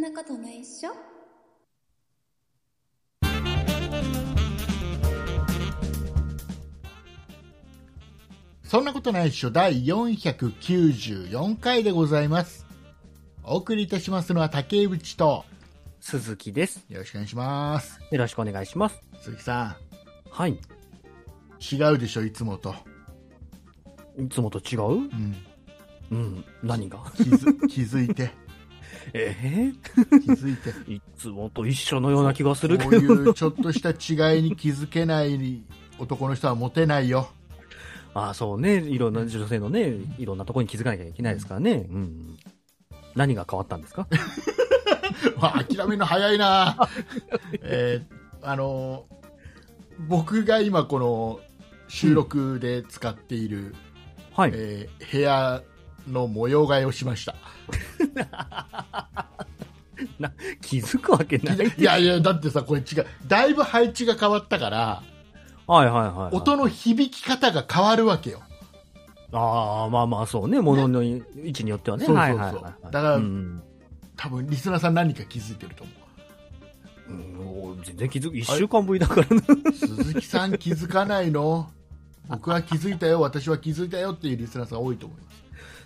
なことないっしょそんなことないっしょ第494回でございます。お送りいたしますのは竹内と、鈴木です。よろしくお願いします。よろしくお願いします。鈴木さはい。ん、違うでしょ、いつもと。いつもと違ううん、うん。何が気づ 気づいて、え気づいて。えいつもと一緒のような気がするけこうど。いうちょっとした違いに気づけない男の人はモテないよ。 ああ、そうね。いろんな女性のね、いろんなところに気づかなきゃいけないですからね。うん。何が変わったんですかまあ、諦めるの早いな、えーあのー僕が今この収録で使っている、はい。えー部屋の模様替えをしま した気づくわけない。はいいやいやだってさこれ違うだいぶ配置が変わったからはいはい。音の響き方が変わるわけよああ、まあまあそうね。物の位置によってはね。そうそうそうはいはいはいはいだからうん多分リスナーさん何か気づいてると思ううん全然気づく。一週間ぶりだからね。鈴木さん気づかない の僕は気づいたよ私は気づいたよっていうリスナーさん多いと思います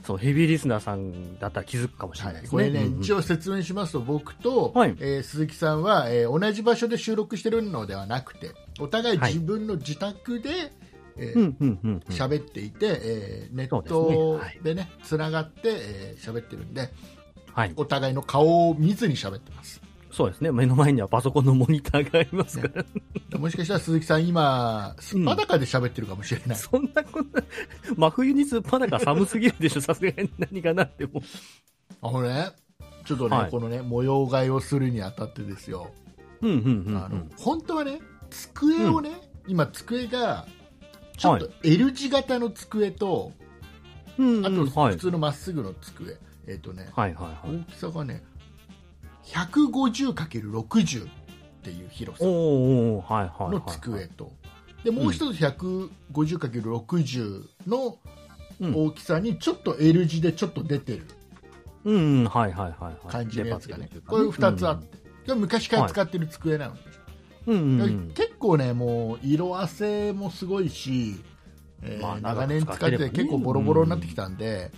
そう、ヘビーリスナーさんだったら気づくかもしれないですね。これね、うんうん一応説明しますと僕と、はいえー鈴木さんは、えー同じ場所で収録してるのではなくてお互い自分の自宅で、えうーんうんうんうん。喋っていて、えーネッそうトですねはいでねつな、がって、えー喋ってるんではい。お互いの顔を見ずに喋ってますそうですね。目の前にはパソコンのモニターがありますから。もしかした ら鈴木さん今すっぱだかで喋ってるかもしれない、そんなこんな、真冬にすっぱだから寒すぎるでしょ。さすがに何がなっても。あのねちょっとね、はいこのね模様替えをするにあたってですよ、うんうんうん、うあのん。本当はね机をね、今机がちょっと L 字型の机と、うんうあん、とはい普。通のまっすぐの机、えっ、とね、はいはいはい。大きさがね 150×60 っていう広さおーおーはいはいはい。の机と、でもう一つ 150×60 のうん大きさにちょっと L 字でちょっと出てるうんうん、はいはいはい、はい。感じのやつがね出っ張ってるというかこういう2つあって、でも昔から使ってる机なので、うんうんうんうん。結構ねもう色あせもすごいし、えーまあ長年使って長く使ってればね結構ボロボロになってきたんで、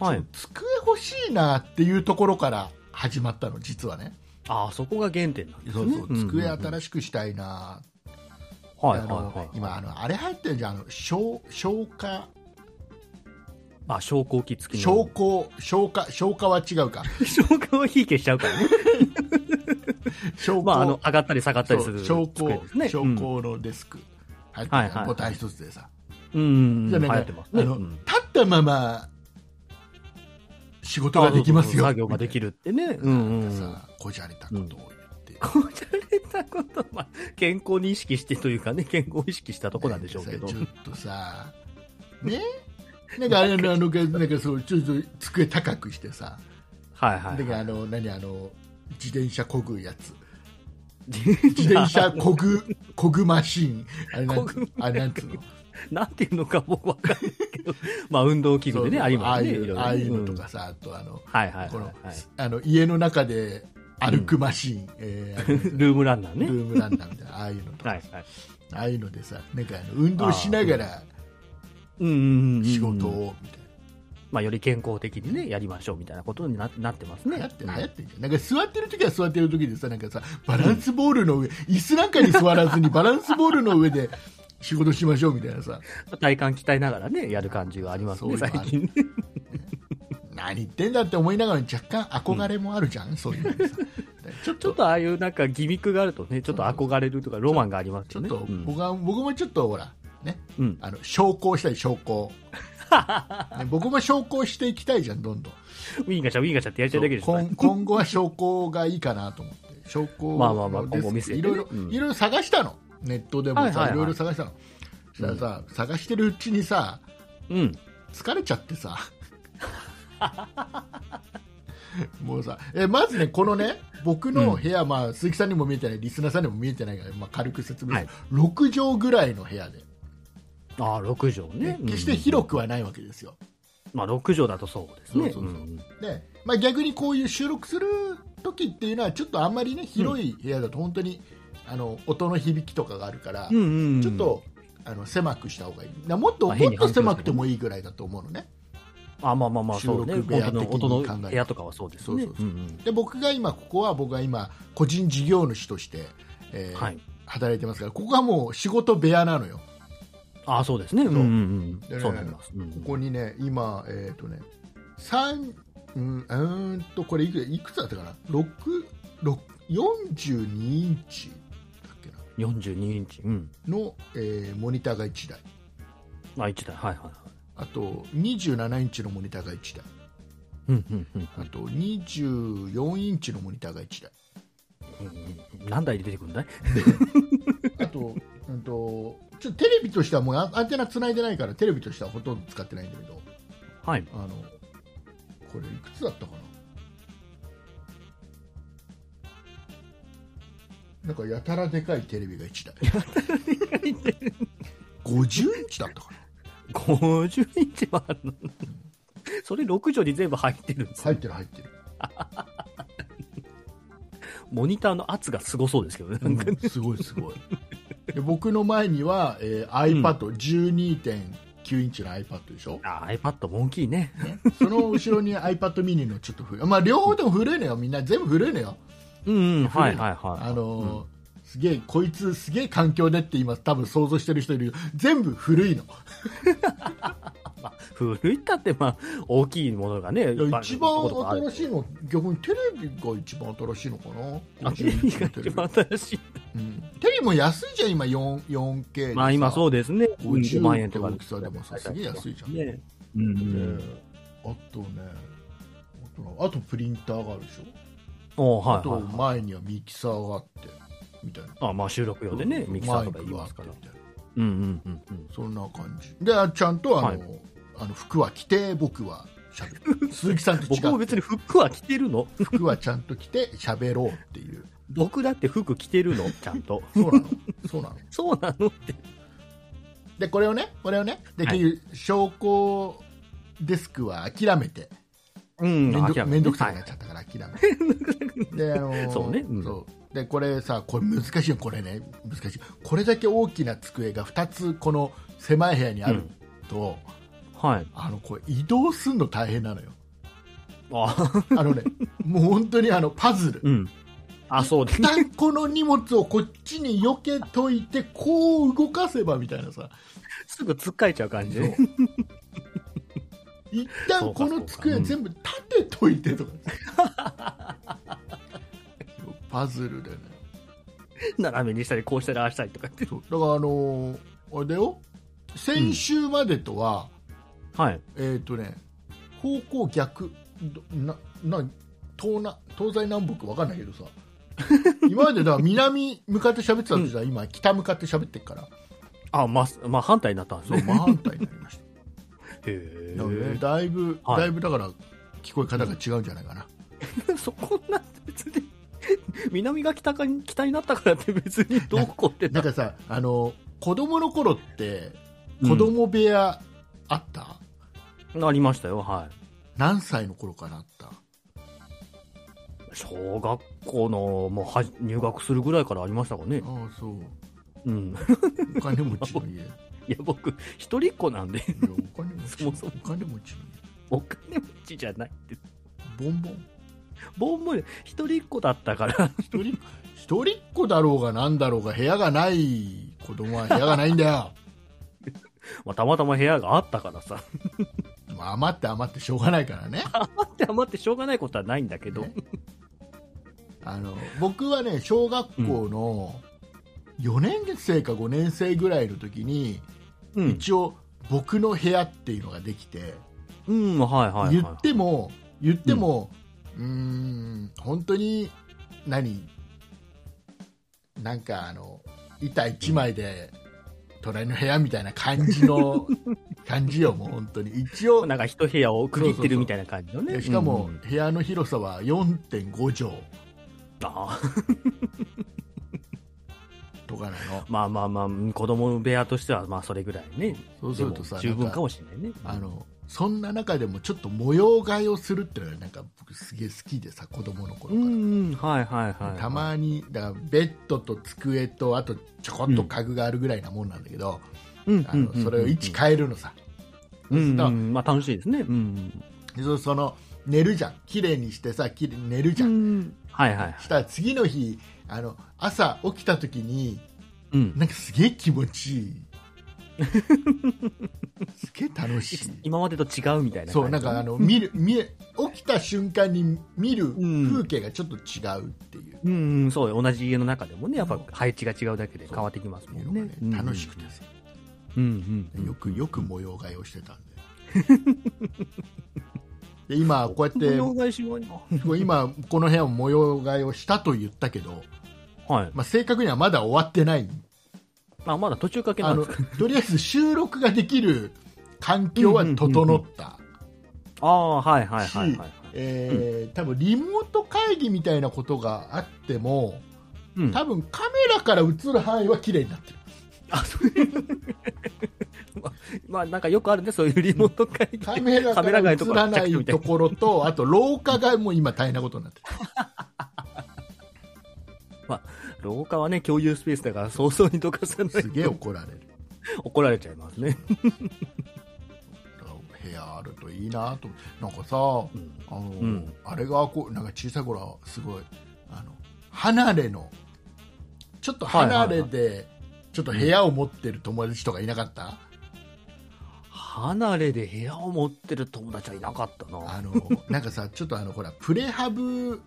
はい。机欲しいなっていうところから始まったの実はねああ、そこが原点なんですそね。うそう机い。新しくしたいな、あはいはいのはい。今あのあれ流行ってるじゃんあの消消化あ、昇降機付き消の。光消化消化は違うか昇降を火消しちゃうから ね。消光 まあ、あの、上がったり下がったりするそう机消です光、ね。消光のデスク、入ってるはいはいはいボタン一つでさ、うん。うん。じゃあ流ね行ってますあね。のうん立ったまま仕事ができますよあそうそうそう作業ができるってね。うみたいなんうん。なんか さこじゃれたことを言って、こじゃれたこと、まあ、健康に意識してというかね、健康を意識したとこなんでしょうけどち。ょっとさ、ね、なんかあれのあのなんかそうちょっと机高くしてさ、はいは い、だかはらあい。の何あの自転車こぐやつ、自自転車こぐこぐマシーン、あれなんつうの漕あれなんつうの、なんていうのか僕わかんないけど、まあ運動器具でね、そうありますね。ああいいろいうろああいうのとかんさ、あとあのはいはいはいこのはい、あの家の中で歩くマシーン、えーあのルームランナーね。ルームランナーみたいなああいうのとか、はいはい。ああいうのでさなんかあの運動しながらうんうんうん。仕事。をみたいまあより健康的にね、やりましょうみたいなことにななってますな、ね。流行ってる流行ってるじゃんなんか座ってる時は座ってる時でさなんかさバランスボールの上椅子なんかに座らずにバランスボールの上で 仕事しましょうみたいなさ体幹鍛えながらね、やる感じがありますね、そういうの最ある近ね。何言ってんだって思いながら若干憧れもあるじゃん、そういうのにさちょっ ちょとっとああいうなんかギミックがあるとね、ちょっと憧れるとかロマンがありますちょよっね。とうん僕は、僕もちょっとほらねうん。あの昇降したり昇 降、ね僕も昇降していきたいじゃんどんどんウィンガチャウィンガチャってやりたいだけでしょ。今今後は証拠がいいかなと思って証拠まあまあまあのデスク今後見せてねいろいろ、うんいろいろ探したのネットでもさ、はいいはいはいろいろ探したのそしたらさ、探してるうちにさうん。疲れちゃって さもうさえまずねこのね僕の部屋、まあ、鈴木さんにも見えてないリスナーさんにも見えてないから、まあ、軽く説明する、6畳ぐらいの部屋で、ああ、6畳ね。決してく広くはないわけですよ、まあ、6畳だとそうですね。そうそうそうんで、まあ、逆にこういう収録する時っていうのはちょっとあんまりね広い部屋だと本当に、あの音の響きとかがあるから、うんうんうんちょっとあの狭くした方がいいなもっとまあも変っにと狭くてもいいぐらいだと思うのねあまあまあまあそうね収録部屋本当の的に音考えるの部屋とかはそうですねそうそうそうんんで僕が今ここは僕が今個人事業主として、えーはい働いてますからここがもう仕事部屋なのよああそうですねうんうんでうねんそうなりますうんここにね今えっ、とね三うんうーんとこれいくいくつだったかな六六42インチだっけな42インチうんの、えーモニターが1台あ一台はいはいはいあと27インチのモニターが1台うんうんうんあと24インチのモニターが1台うんうん何台で出てくるんだいあと,、うん、とちょっとテレビとしてはもうアアンテナつないでないからテレビとしてはほとんど使ってないんだけどはいあのこれいくつだったかななんかやたらでかいテレビが1台50インチだったかな50インチはあるの それ6畳に全部入ってるんです入よってる入ってるモニターの圧がすごそうですけどねなんかうんすごいすごいで僕の前には、えー iPad、12.9インチの iPad でしょあ iPad も大きいねねその後ろに iPad mini のちょっと古い、まあ、両方とも古いのよ、みんな全部古いのよ、うんうんはいはいはいあのーすげえこいつ、すげえ環境でって今、多分想像してる人いるよ全部古いの、古いったってまあ大きいものがねいや一番新いしいの、逆にテレビが一番新しいのかな、テレビが一番 新しいうんテレビも安いじゃん、今 4- 4K でさ、まあ今そうですね。 50 50万円とか大きさでもさすげえ安いじゃんね。うんうでん。あとねあとなあとプリンターがあるでしょ、おはあいとはいはい。前にはミキサーがあってみたいな。あまあ収録用でね、ミキサーとかマイ言いクがあまっすてからみ。たいなうんうんうんうん。そんな感じであちゃんとあの、はいあの服は着て僕はしゃべ る鈴木さんと違僕もう別に服は着てるの。服はちゃんと着てしゃべろうっていう僕だって服着て るの、ちゃんと。そうな のそうなのそうなのって。でこれをねこれをねで、はい結局証拠デスクは諦めてうん面倒諦めてねめんどくさくなっはちゃったから諦め てであのーそうねうんそうでこれさこれ難しいよこれね難しいこれだけ大きな机が2つこの狭い部屋にあると、いはい。あのこれ移動するの大変なのよあ、あのね、 もう本当にあのパズル。うん。あ、そうです一ね。旦この荷物をこっちに避けといて、こう動かせばみたいなさ。すぐつっかえちゃう感じ。そう一旦この机そうかそう全か部立てといてとか。 パズルでね。 斜めにしたり、こうしたり、ああしたりとかって。そうだからあのーあれだよ。先週までとは、はい。えっ、とね、方向逆、どな、な、東南、東西南北わかんないけどさ。今までだから南向かって喋ってたんですが、今北向かって喋ってるから。あ、まあ、まあ反対になったんですそうね。真反対になりましへただ,、ね、え。だいぶ、はいだいぶだから聞こえ方が違うんじゃないかな、 そこなんて別に 南が北かに北になったからって別にどうこうってなんかさあの子供の頃って子供部屋あった、なりましたよは何歳の頃からあったい小学校のもうは入学するぐらいからありましたかねああそううん お金持ちの家いやいや僕一人っ子なんで お金持ちそのもそもお金持ちのお金持ちじゃないって家ボンボンボンボン一人っ子だったから 一人一人っ子だろうがなんだろうが部屋がない子供は部屋がないんだよ まあたまたま部屋があったからさ まあ余って余ってしょうがないからね余って余ってしょうがないことはないんだけど、ねあの僕はね小学校の4年生か5年生ぐらいの時に、うん、一応僕の部屋っていうのができて、うん、はいはいはい言っても言っても、うーん本当に何なんかあの板一枚で隣の部屋みたいな感じ の感じよもう本当に一応なんか一部屋を区切ってるみたいな感じのねしかもうん部屋の広さは4.5畳ああとかなの まあまあまあうん子供部屋としてはまあそれぐらいねそうするとさでも十なん分かかもしれないねあのそんな中でもちょっと模様替えをするっていうのがなんか僕すげえ好きでさ子供の頃うから、んうん、はいはいはい。たまにだからベッドと机とあとちょこっと家具があるぐらいなもんなんだけど、うん、あのそれを位置変えるのさ、うんうん、そううんまあ楽しいですね。うん。でそその寝るじゃん綺麗にしてさきれ寝るじうゃん、ん。はいはいはい。したら次の日あの朝起きた時にうん。なんかすげえ気持ちい いすげえ楽しい今までと違うみたいな感じ。そうなんかあの見る見え起きた瞬間に見るうん風景がちょっと違うっていううん、うん、そうよ。同じ家の中でもね、やっぱ配置が違うだけで変わってきますものんがねね。楽しくてさ、うんうんうん。よくよく模様替えをしてたんでで今こうやっ模て様替えしないな。今この部屋を模様替えをしたと言ったけど、はい。まあ、正確にはまだ終わってないまあまだ途中かけなあんでのすか。とりあえず収録ができる環境は整ったああ、はいはいしはいはい。えー多分リモート会議みたいなことがあってもうん。多分カメラから映る範囲は綺麗にな ってるあ、そういう。まあなんかよくあるね、そういうリモート会 議。カメラから映らなカメラ外とかい着みたいとなころとあと廊下がもう今大変なことになってる廊下はね、共有スペースだから早々にどかさないすげえと怒られる 怒られちゃいますね。部屋あるといいなとなんかさうんあの、んあれがこうなんか小さい頃はすごいあの離れのちょっと離れで、ちょっと部屋を持ってる友達とかいなかった、離れで部屋を持ってる友達はいなかったな。あのなんかさちょっとあのほらプレハブうん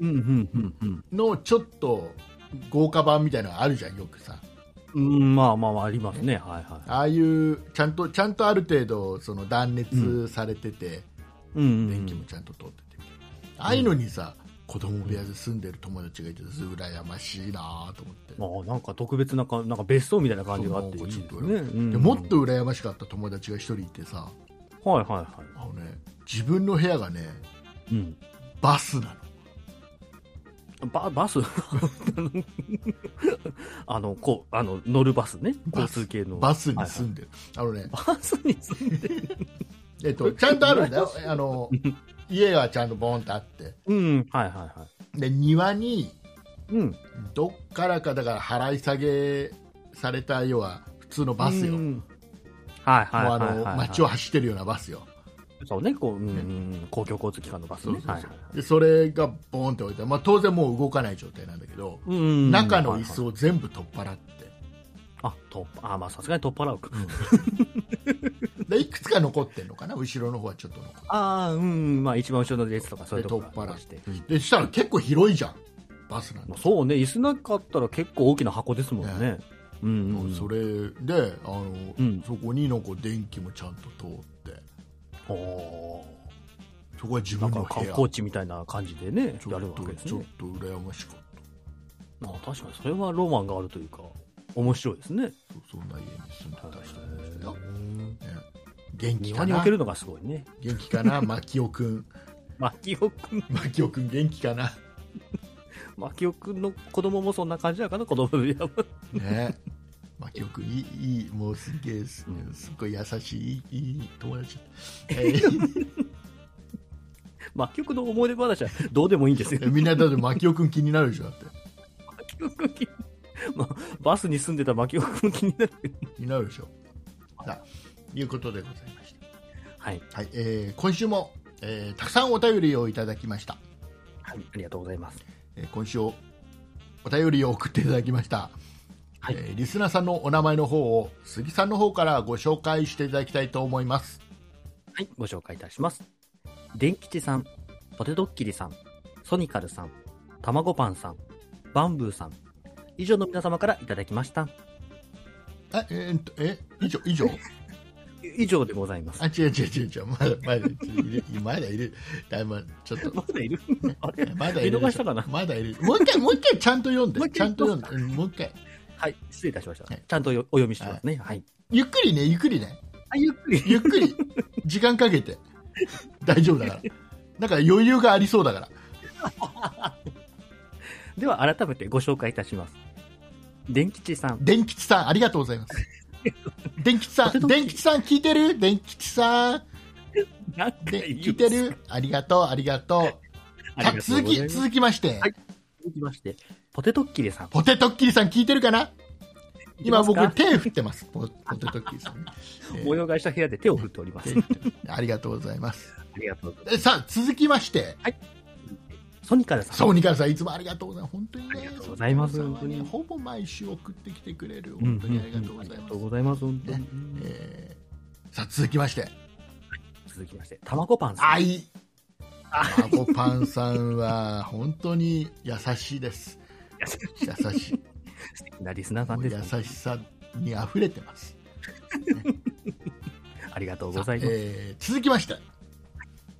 うんうんうん。のちょっと豪華版みたいなのがあるじゃんよくさうん、まあまあまあ、ありますね。はいはああいうちゃんとちゃんとある程度その断熱されてて、い。うん、う電気もん。ちゃんと通っててみたいなああいうのにさ子供部屋で住んでる友達がいてず羨ましいなと思って、まあ、なんか特別なか、なんか別荘みたいな感じがあっていいですね。そうなんうんでもっと羨ましかった友達が一人いてさはいはいはあの、ね、自分の部屋がねい。うん。バスなババス あの、こう、あの、乗るバスね。バ交ス通系の。のバスにはい住んでる、あのね、はいバスに住んでる。えっと、ちゃんとあるんだ よあの家はちゃんとボンとあってうん。はいはいはで庭にい。うん。どっからかだから払い下げされた要は普通のバスよ、もう。うんはいはいはあいはい、はい。の街を走ってるようなバスよそうね、こう、うんうん、公共交通機関のバスそうねそ。うそうはいはいはいでそれがボンって置いて、まあ、当然もう動かない状態なんだけど、うんうん中の椅子を。を全部取っ払って、あ、とあ、まあさすがに取っ払うか。でいくつか残ってんのかな後ろの方はちょっと残ってああ、うん、まあ一番後ろの列とかそういうとこ。で取っ払ってでしたら結構広いじゃんバスなんてまあそうね、椅子なかったら結構大きな箱ですもんね。ねうん、うん。それであの、うんそこになんか電気もちゃんと通っておおそこは自ー。な分んのか部観屋光地みたいな感じでね、ちょやっるわと、けですちょっね。と羨ましかっまあ確かにそれはロマンがあるというか、面白いですね。たそうそんな家に住んでたりしてましたよ、うんね元気庭かに置なけるのがすごいね。元気かな牧雄くん マキオくん、牧雄くん元気かなマキオくんの子供もそんな感じだから、子供部屋 は。ね牧雄くんいいいいもうすげえすうんすっごい優しいいいいい友達、えーまあ、曲の思い出話はどうでもいいんですよ。 みんなだって牧雄くん気になるでしょだって牧尾君気にまあ、バスに住んでた牧尾君も気になるけど。になるでしょう。さあ、いうことでございましはい。た。はい、えー今週も、えーたくさんお便りをいただきました。はい。ありがとうございます。えー今週お便りを送っていただきました。はいえーリスナーさんのお名前の方を杉さんの方からご紹介していただきたいと思います。はい。ご紹介いたします。電吉さん、ポテトッキリさん、ソニカルさん、たまごパンさん、バンブーさん、以上の皆様からいただきました。あ、えーっと、え、以上、以上。以上でございます。あ、違う違う違う違う、まだ、まだ、いる、まだいる。だいぶ、ちょっと。まだいる あれまだいる見で逃ししょ。たかなまだいる。もう一回、もう一回ちゃんと読んもうで。一ちゃ回んと読んで。うんもう一回。はい。失礼いたしましはたい。ちゃんとよお読みしてますね。はい。ゆっくりね、ゆっくりね。あ、ゆっくり。ゆっくり時間かけて大丈夫だからなんか余裕がありそうだからでは、改めてご紹介いたします。電吉さん、電吉さんありがとうございます電吉さポテん、トチ電吉さん聞いてる電吉さん、なんかで言うんです聞いてるありがとう、ありがとう。あさりがとう続ございき、ます続きまして、はい続きまして、ポテトッキリさん。ポテトッキリさん聞いてるかな今僕聞いてますか手振ってます、ポポテトッキリさんね、 えー模様替えした部屋で手を振っております手。振ってますありがとうございます。ありがとうございまえさあ、続きまして、す。ソニカルさん。そう、ニカルさん、いつもありがとうございます。本当にね、ありがとうございますソニカルさんはね本当にほぼ毎週送ってきてくれる、うん本当にありがとうございありがますとう。ございます。本当にえーさあ、続きまして、続きまして、たまごパンさん。あい、マコパンさんは、本当に優しいです。優しい。素敵なリスナーさんもうで優す。しさに溢れてます。ありがとうございます。えー続きまして、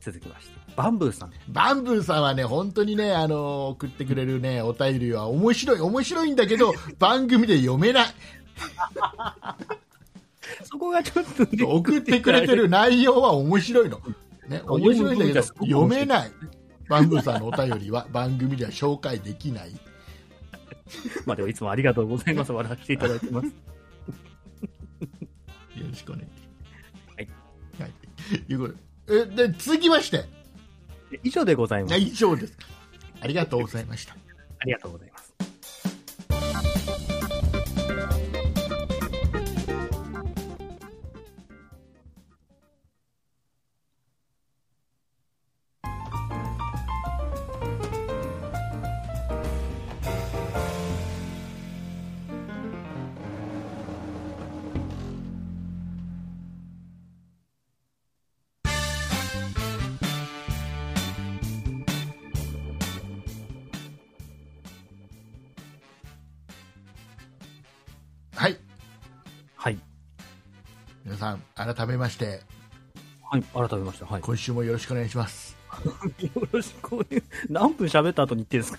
続きまして、バンブーさん。バンブーさんはね、本当にね、あの送ってくれるね、お便りは面白い、面白いんだけ ど、番組で読めない。そこがちょっとね送ってくれて る内容は面白いの。ね、面白いんだけど、読めない。バンブーさんのお便りは番組では紹介できない。 まあでもいつもありがとうございます。笑っていただいてます。よろしくお願いしはいます。はい。いうことで。えで、続きまして、以上でございます。以上です。ありがとうございました。ありがとうございます。はい。はい。皆さん、改めまして、はい。改めました。はい。今週もよろしくお願いします。よろしくお願い。何分喋った後に言ってるんですか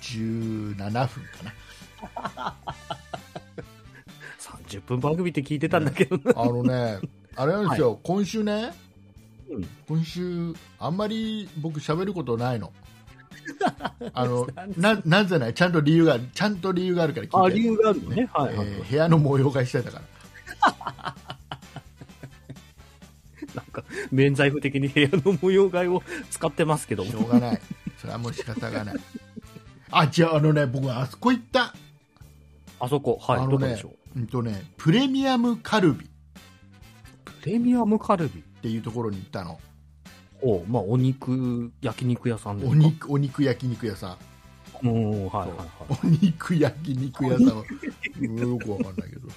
17分かな。 ?30 分番組って聞いてたんだけどな。あの ね、あれなんですよ、今週ね、うん今週、あんまり僕喋ることない の。あのななぜないちゃんと理由がちゃんと理由があるからあ、聞いて理由があるのね。はい。えー部屋の模様替えしてたからなんか、免罪符的に部屋の模様替えを使ってますけどしょうがない。それはもう仕方がない。あ、じゃあ、あのね、僕、あそこ行った。あそこ、はい。あどのこねでしょううんとね、プレミアムカルビっプレミアムカルビ。ていうところに行ったの。おまあ、お肉、焼肉屋さんですおか。肉、お肉焼肉屋さん。うん、はいはいはい。お肉焼肉屋さんは。うんよくわかんないけど。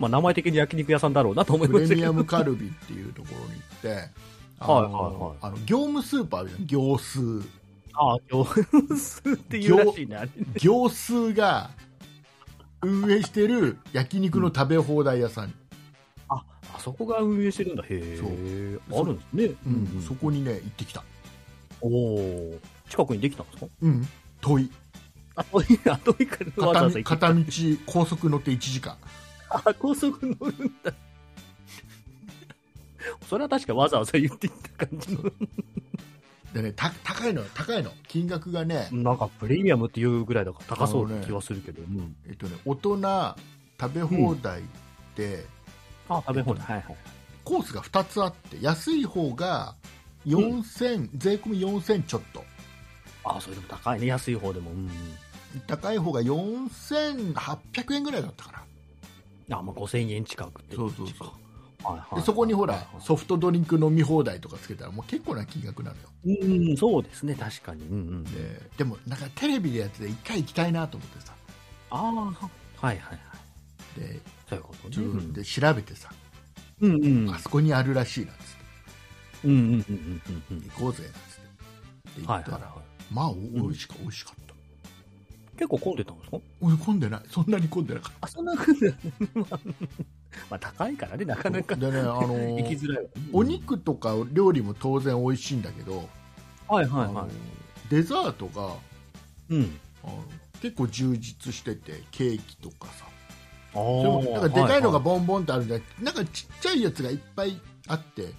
まあ、名前的に焼肉屋さんだろうなと思いまプしレミたけアど。ムカルビっていうところに行って、あの、はいはいはいあの業務スーパーあるじゃん。業スー。ああ、業数っていうらしいね。あれ業スーが運営してる焼肉の食べ放題屋さん。あ、あそこが運営してるんだ。へそうえ。あるんですね。うん、そこにね、行ってきた。おお。近くにできたんですかうん、遠い。あ、遠い、あ、遠いから片道わざわざ行って。片道高速乗って1時間あ、高速乗るんだ。 それは確かわざわざ言っていった感じの。でねた高いのよ高いの金額がね,、なんかプレミアムっていうぐらいだから高そうな気はするけど。うんえっと、ね大人食べ放題って、あ、食べ放題。はいはい。コースが2つあって安い方が4000、税込み4000ちょっとあ、それでも高いね。安い方でも。うん。高い方が4800円ぐらいだったかなあ、まあ5000円近くって。そうそうそうう。はいはい。でそこにほらはいソフトドリンク飲み放題とかつけたらもう結構な金額なのようん、そうですね。確かに。うんうん。ででもなんかテレビでやってて一回行きたいなと思ってさああ、はいはいはい。でそういうことね。自分で調べてさ、うんうん。あそこにあるらしいなっつってうんうんうんうんうんうん。行こうぜなんつってで行はいったはいら、はまあお美味しか美味しかったい。結構混んでたんですかおい混んでないそんなに混んでなかっあ、そんな混んでない。 まあ高いからね、なかたなかでねあの行きづらいわ。お肉とか料理も当然美味しいんだけど、はいはあいはのデザートがい。うん。あの結構充実しててケーキとかさあでーもなんかでかいのがはボンボンってあるんじゃなくてなんかちっちゃいやつがいっぱいあっていはい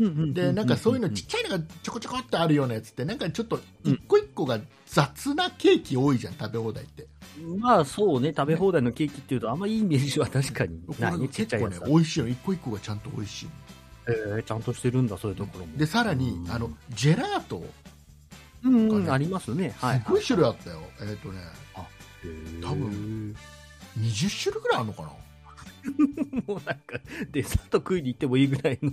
うんうんうんでなんかそういうのちっちゃいのがちょこちょこってあるようなやつってなんかちょっと一個一個が雑なケーキ多いじゃん食べ放題ってまあそうね、食べ放題のケーキっていうと、あんまいいイメージは確かにこれながいね、ちっち結ゃい構やねつだ。美味しいの一個一個がちゃんと美味しいえーちゃんとしてるんだ、そういうところも。のでさらにうんあのジェラートうん、なんかねありますね。すはい。ごい種類あったよえっ、とね多分。 20種類ぐらいあるのかなもうなんか、デザート食いに行ってもいいぐらいの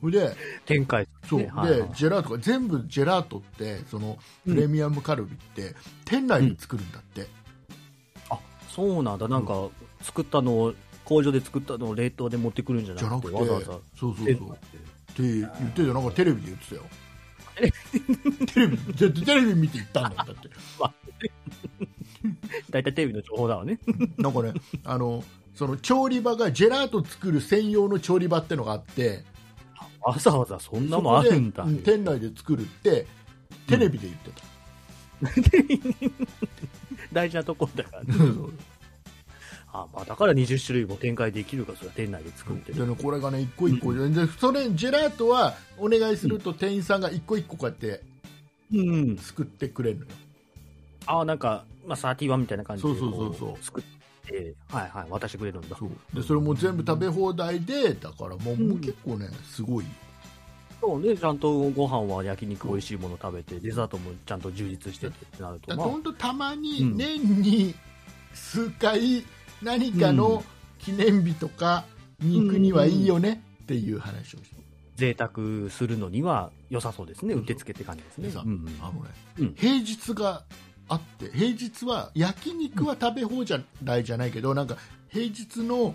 それで展開ですそうね。ではいはいジェラートが全部ジェラートってそのプレミアムカルビって店内で作るんだって、あ、そうなんだ。なんか、作ったのを、工場で作ったのを冷凍で持ってくるんじゃじゃななくくて、てわざわざ。そうそうそうって言ってたよなんかテレビで言ってたよテテレレビだってテレビ見て行ったんだもんだって大体テレビの情報だわね。 なんかねあのその調理場がジェラート作る専用の調理場ってのがあってわざわざそんなそもんあこでるんだう。店内で作るってテレビで言ってた、 大事なとこだからね。そうあ、まあだから20種類も展開できるから、それは店内で作ってでる。ね、これがね一個一個、でそれジェラートはお願いすると店員さんが一個一個こうやってうん。作ってくれるのよあ、なんか、まあ31みたいな感じで。そうそうそうそうこ作って、はいはい、渡してくれるんだ。そうでそれも全部食べ放題でだからもう,、うんもう結構ねすごいそうね、ちゃんとご飯は焼肉美味しいもの食べて、デザートもちゃんと充実しててってなると、だまほあ、んとたまうにん年に数回何かの記念日とかに行くにはいいよねっていう話をして贅沢するのには良さそうですね、うってつけって感じですねで。さうんうんあのね、うん平日があって平日は焼肉は食べ放題じゃないけどなんか平日の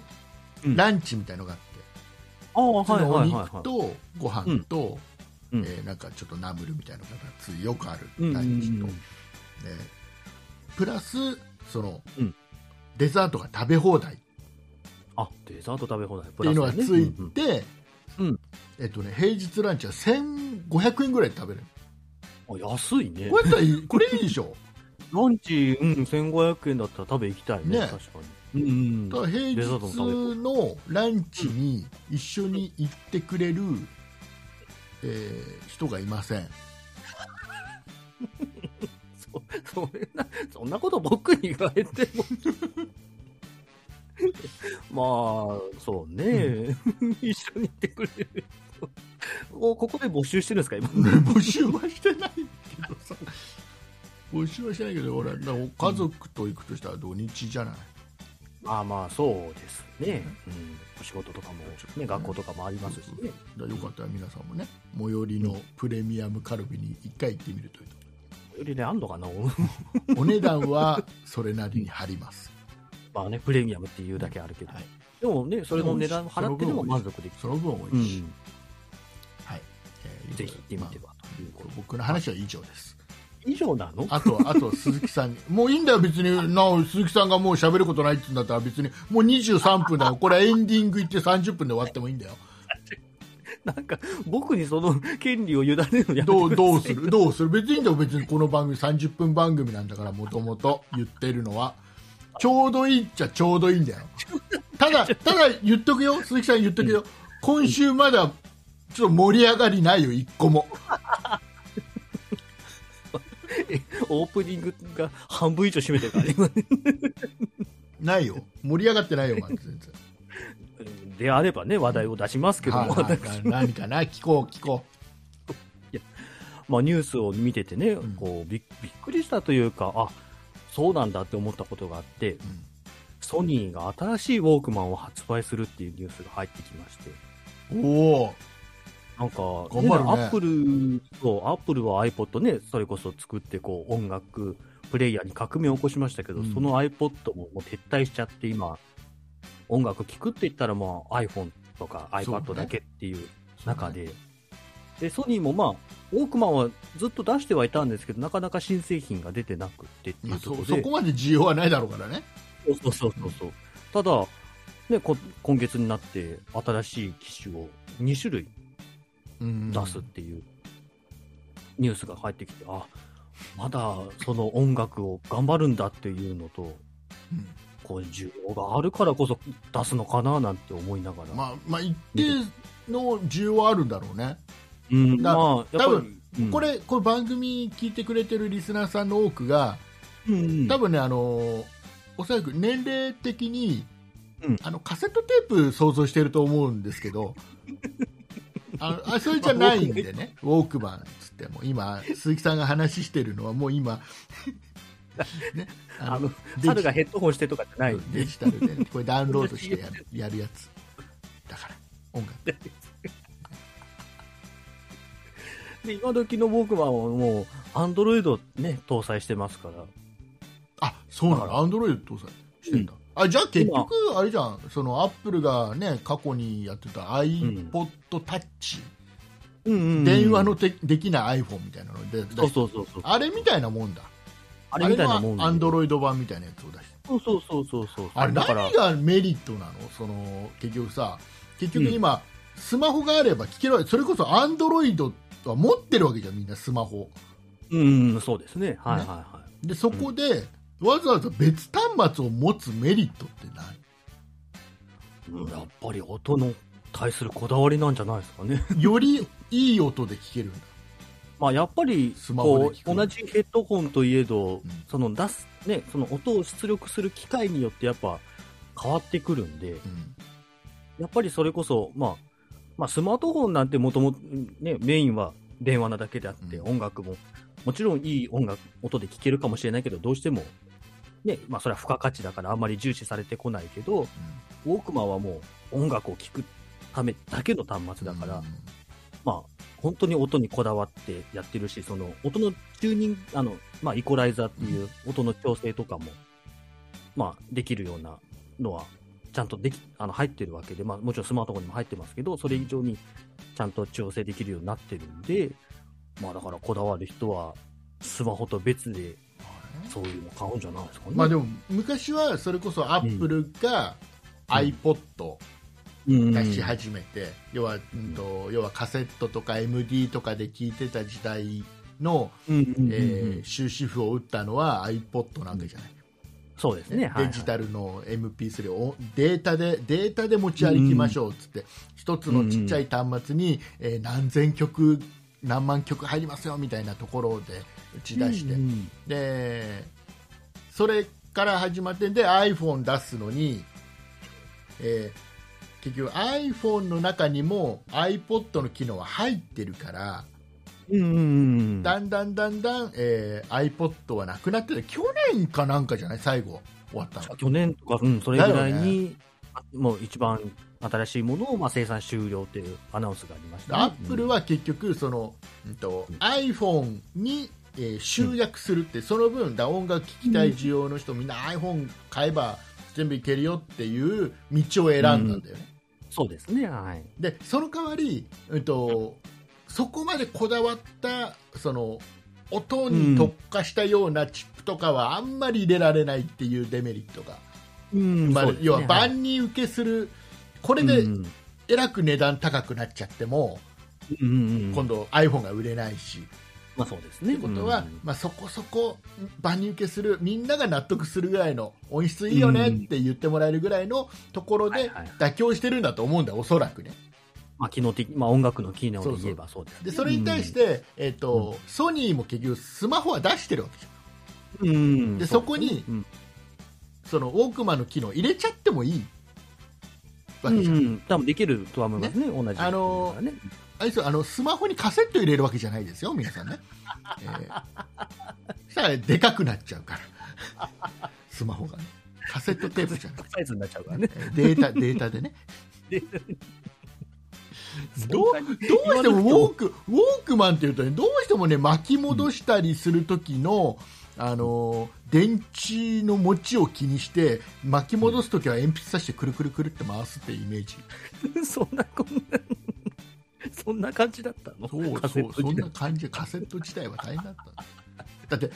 ランチみたいのがあって、ああ、普通はいのおはいはい、肉はい。とご飯と、うんえーなんかちょっとナムルみたいな形よくあるうんうんうランチと、えんープラスその、うんデザートが食べ放題っあ、デザート食べ放題。っていうのがついて、うんうんえっとね、平日ランチは1500円ぐらいで食べれるあ安いねこ。れだったらいいこれいいでしょランチ、うん、1500円だったら食べ行きたいね、ね確かに。うんただ平日のランチに一緒に行ってくれる、えー人がいませんそそ れなそんなこと僕に言われても まあそうね、一緒に行ってくれる人おここで募集してるんですか今募集はしてないけどさ募集はしてないけど俺だから家族と行くとしたら土日じゃない、まあまあそうですね、うん、お仕事とかも、ね、学校とかもありますしねだからよかったら皆さんもね最寄りのプレミアムカルビに一回行ってみるといいとよりねあんのかな 思うお値段はそれなりに張りますまあねプレミアムっていうだけあるけど、はいでもねそれの値段払ってでも満足できる、その分多ういし、ん、はい、えーぜひ行ってみてまはというあこことれ僕の話は以上です以上なのあと、あと鈴木さんに、もういいんだよ、別に、なお、鈴木さんがもう喋ることないって言うんだったら、別に、もう23分だよ、これエンディング行って30分で終わってもいいんだよ。なんか僕にその権利を委ねるのやめてください どう、どうするどうする別にいいんだよ、別にこの番組30分番組なんだから、もともと言ってるのは。ちょうどいいっちゃちょうどいいんだよ。た だ、ただ言っとくよ、鈴木さん言っとくよ。今週まだ、ちょっと盛り上がりないよ、一個も。オープニングが半分以上占めてるからね 今ね。ないよ。盛り上がってないよ、まず全然。であればね、話題を出し ますけども、はいはい私な何かな、聞こう、聞こまあ、ニュースを見ててね、んこうびっびっくりしたというか、あそうなんだって思ったことがあって、んソニーが新しいウォークマンを発売するっていうニュースが入ってきまして、う。おお。なんか、張るねアップルと、アップルは iPod ね、それこそ作って、こう、音楽、プレイヤーに革命を起こしましたけど、うんその iPod ももう撤退しちゃって、今、音楽聴くって言ったら、まあ、iPhone とかそうね iPad だけっていう中で、で、ソニーもまあ、ウォークマンはずっと出してはいたんですけど、なかなか新製品が出てなくてっていまあうとそころで、そこまで需要はないだろうからね、そうそうそうそう。ただ、ね、こ今月になって、新しい機種を2種類出すっていうニュースが入ってきて、あまだその音楽を頑張るんだっていうのと、うんこう需要があるからこそ出すのかななんて思いながら、まあ、まあ一定の需要はあるんだろうね、うん、だまあ、やっぱり、うんこ、れこれ番組聞いてくれてるリスナーさんの多くが、うん多分ねあのおそらく年齢的に、うんあのカセットテープ想像してると思うんですけ どあのあそれじゃないんでねウォークマンっつっても今鈴木さんが話してるのはもう 今ねあのデジ猿がヘッドホンしてとかじゃないデジタルでね、これダウンロードしてやるやるやつだから音楽で今時のウォークマンはもうアンドロイドね搭載してますからあそうなだかのらアンドロイド搭載してんだ、あじゃあ結局あれじゃんそのアップルがね過去にやってた iPodTouch、うんうんうん電話のてできない iPhone みたいなので出してそうそうそうそうあれみたいなもんだあれみたいなもんあれはアンドロイド版みたいなやつを出してそうそうそうそうそうあれだから何がメリットなのその結局さ結局今、スマホがあれば聞けるわけそれこそアンドロイドは持ってるわけじゃんみんなスマホうんうんそうですねはいはいはい、でそこで、わざわざ別端末を持つメリットって何うんやっぱり音の対するこだわりなんじゃないですか ねよりいい音で聞けるんだ、まあやっぱりスマホこで聞くう同じヘッドホンといえうど、んその出すねその音を出力する機械によってやっぱ変わってくるんで、うんやっぱりそれこそ、まあ、まあ、スマートフォンなんてもともと、ね、メインは電話なだけであって、うん音楽も、もちろんいい音楽、音で聴けるかもしれないけど、どうしても、ね、まあ、それは付加価値だからあんまり重視されてこないけど、ウォークマンはもう音楽を聴くためだけの端末だから、うんまあ、本当に音にこだわってやってるし、その音のチューニング、あの、まあ、イコライザーっていう音の調整とかも、まあ、できるようなのは、ちゃんとでき、あの、入ってるわけで、まあ、もちろんスマートフォンにも入ってますけど、それ以上にちゃんと調整できるようになってるんで、まあ、だからこだわる人は、スマホと別でそういうの買うんじゃないですかね。まあでも昔はそれこそアップルがうん iPod をうん出し始めて、要は、うんと要はカセットとか MD とかで聞いてた時代の、うんうんうんうんえー終止符を打ったのは iPod なわけじゃない、そうですね、はい、デジタルの MP3 をデータでデータで持ち歩きましょうっつって、一つのちっちゃい端末に、えー何千曲何万曲入りますよみたいなところで打ち出して、うんうんでそれから始まってで iPhone 出すのに、えー結局 iPhone の中にも iPod の機能は入ってるからうんうんうん。だんだんだんだん、えー iPod はなくなってて去年かなんかじゃない最後終わったの去年とか、うん、それぐらいだよに、もう一番新しいものをまあ生産終了というアナウンスがありましでた、アップル、は結局その、うんと iPhone に、えー集約するって、その分だ音楽聴きたい需要の人、みんな iPhone 買えば全部いけるよっていう道を選んだんだよね、そうですね、はい。でその代わり、うん、とそこまでこだわったその音に特化したようなチップとかはあんまり入れられないっていうデメリットが、うんまあそうですね要は万人受けするこれでうんえらく値段高くなっちゃっても、うんうん、今度 iPhone が売れないし、まあそうですね。ってことは、うんまあ、そこそこ万人受けするみんなが納得するぐらいの音質いいよねって言ってもらえるぐらいのところはでいはい妥協してるんだと思うんだおそらくね。まあ機能的、まあ音楽の機能で言えばそうですでね、それに対して、えっとソニーも結局スマホは出してるわけじゃんうん、うんでそこにうんそのウォークマンの機能入れちゃってもいいわうけんじゃん、うん、多分できるとは思いますね、同じ。あのーね、あれですよあのスマホにカセット入れるわけじゃないですよ皆さんね、えー、そしたらでかくなっちゃうからスマホがねカセットテープじゃなくてサイズになっちゃうからね。 データデータでねどうそんなにどうしてもウ言わォークウォークマンっていうと、ね、どうしても、ね、巻き戻したりする時の、あのー電池の持ちを気にして巻き戻す時は鉛筆さしてくるくるくるって回すっていうイメージなくても そんなこんな、そんな感じだったのそうカセットそうそ時ん代な感じカセット自体は大変だっただって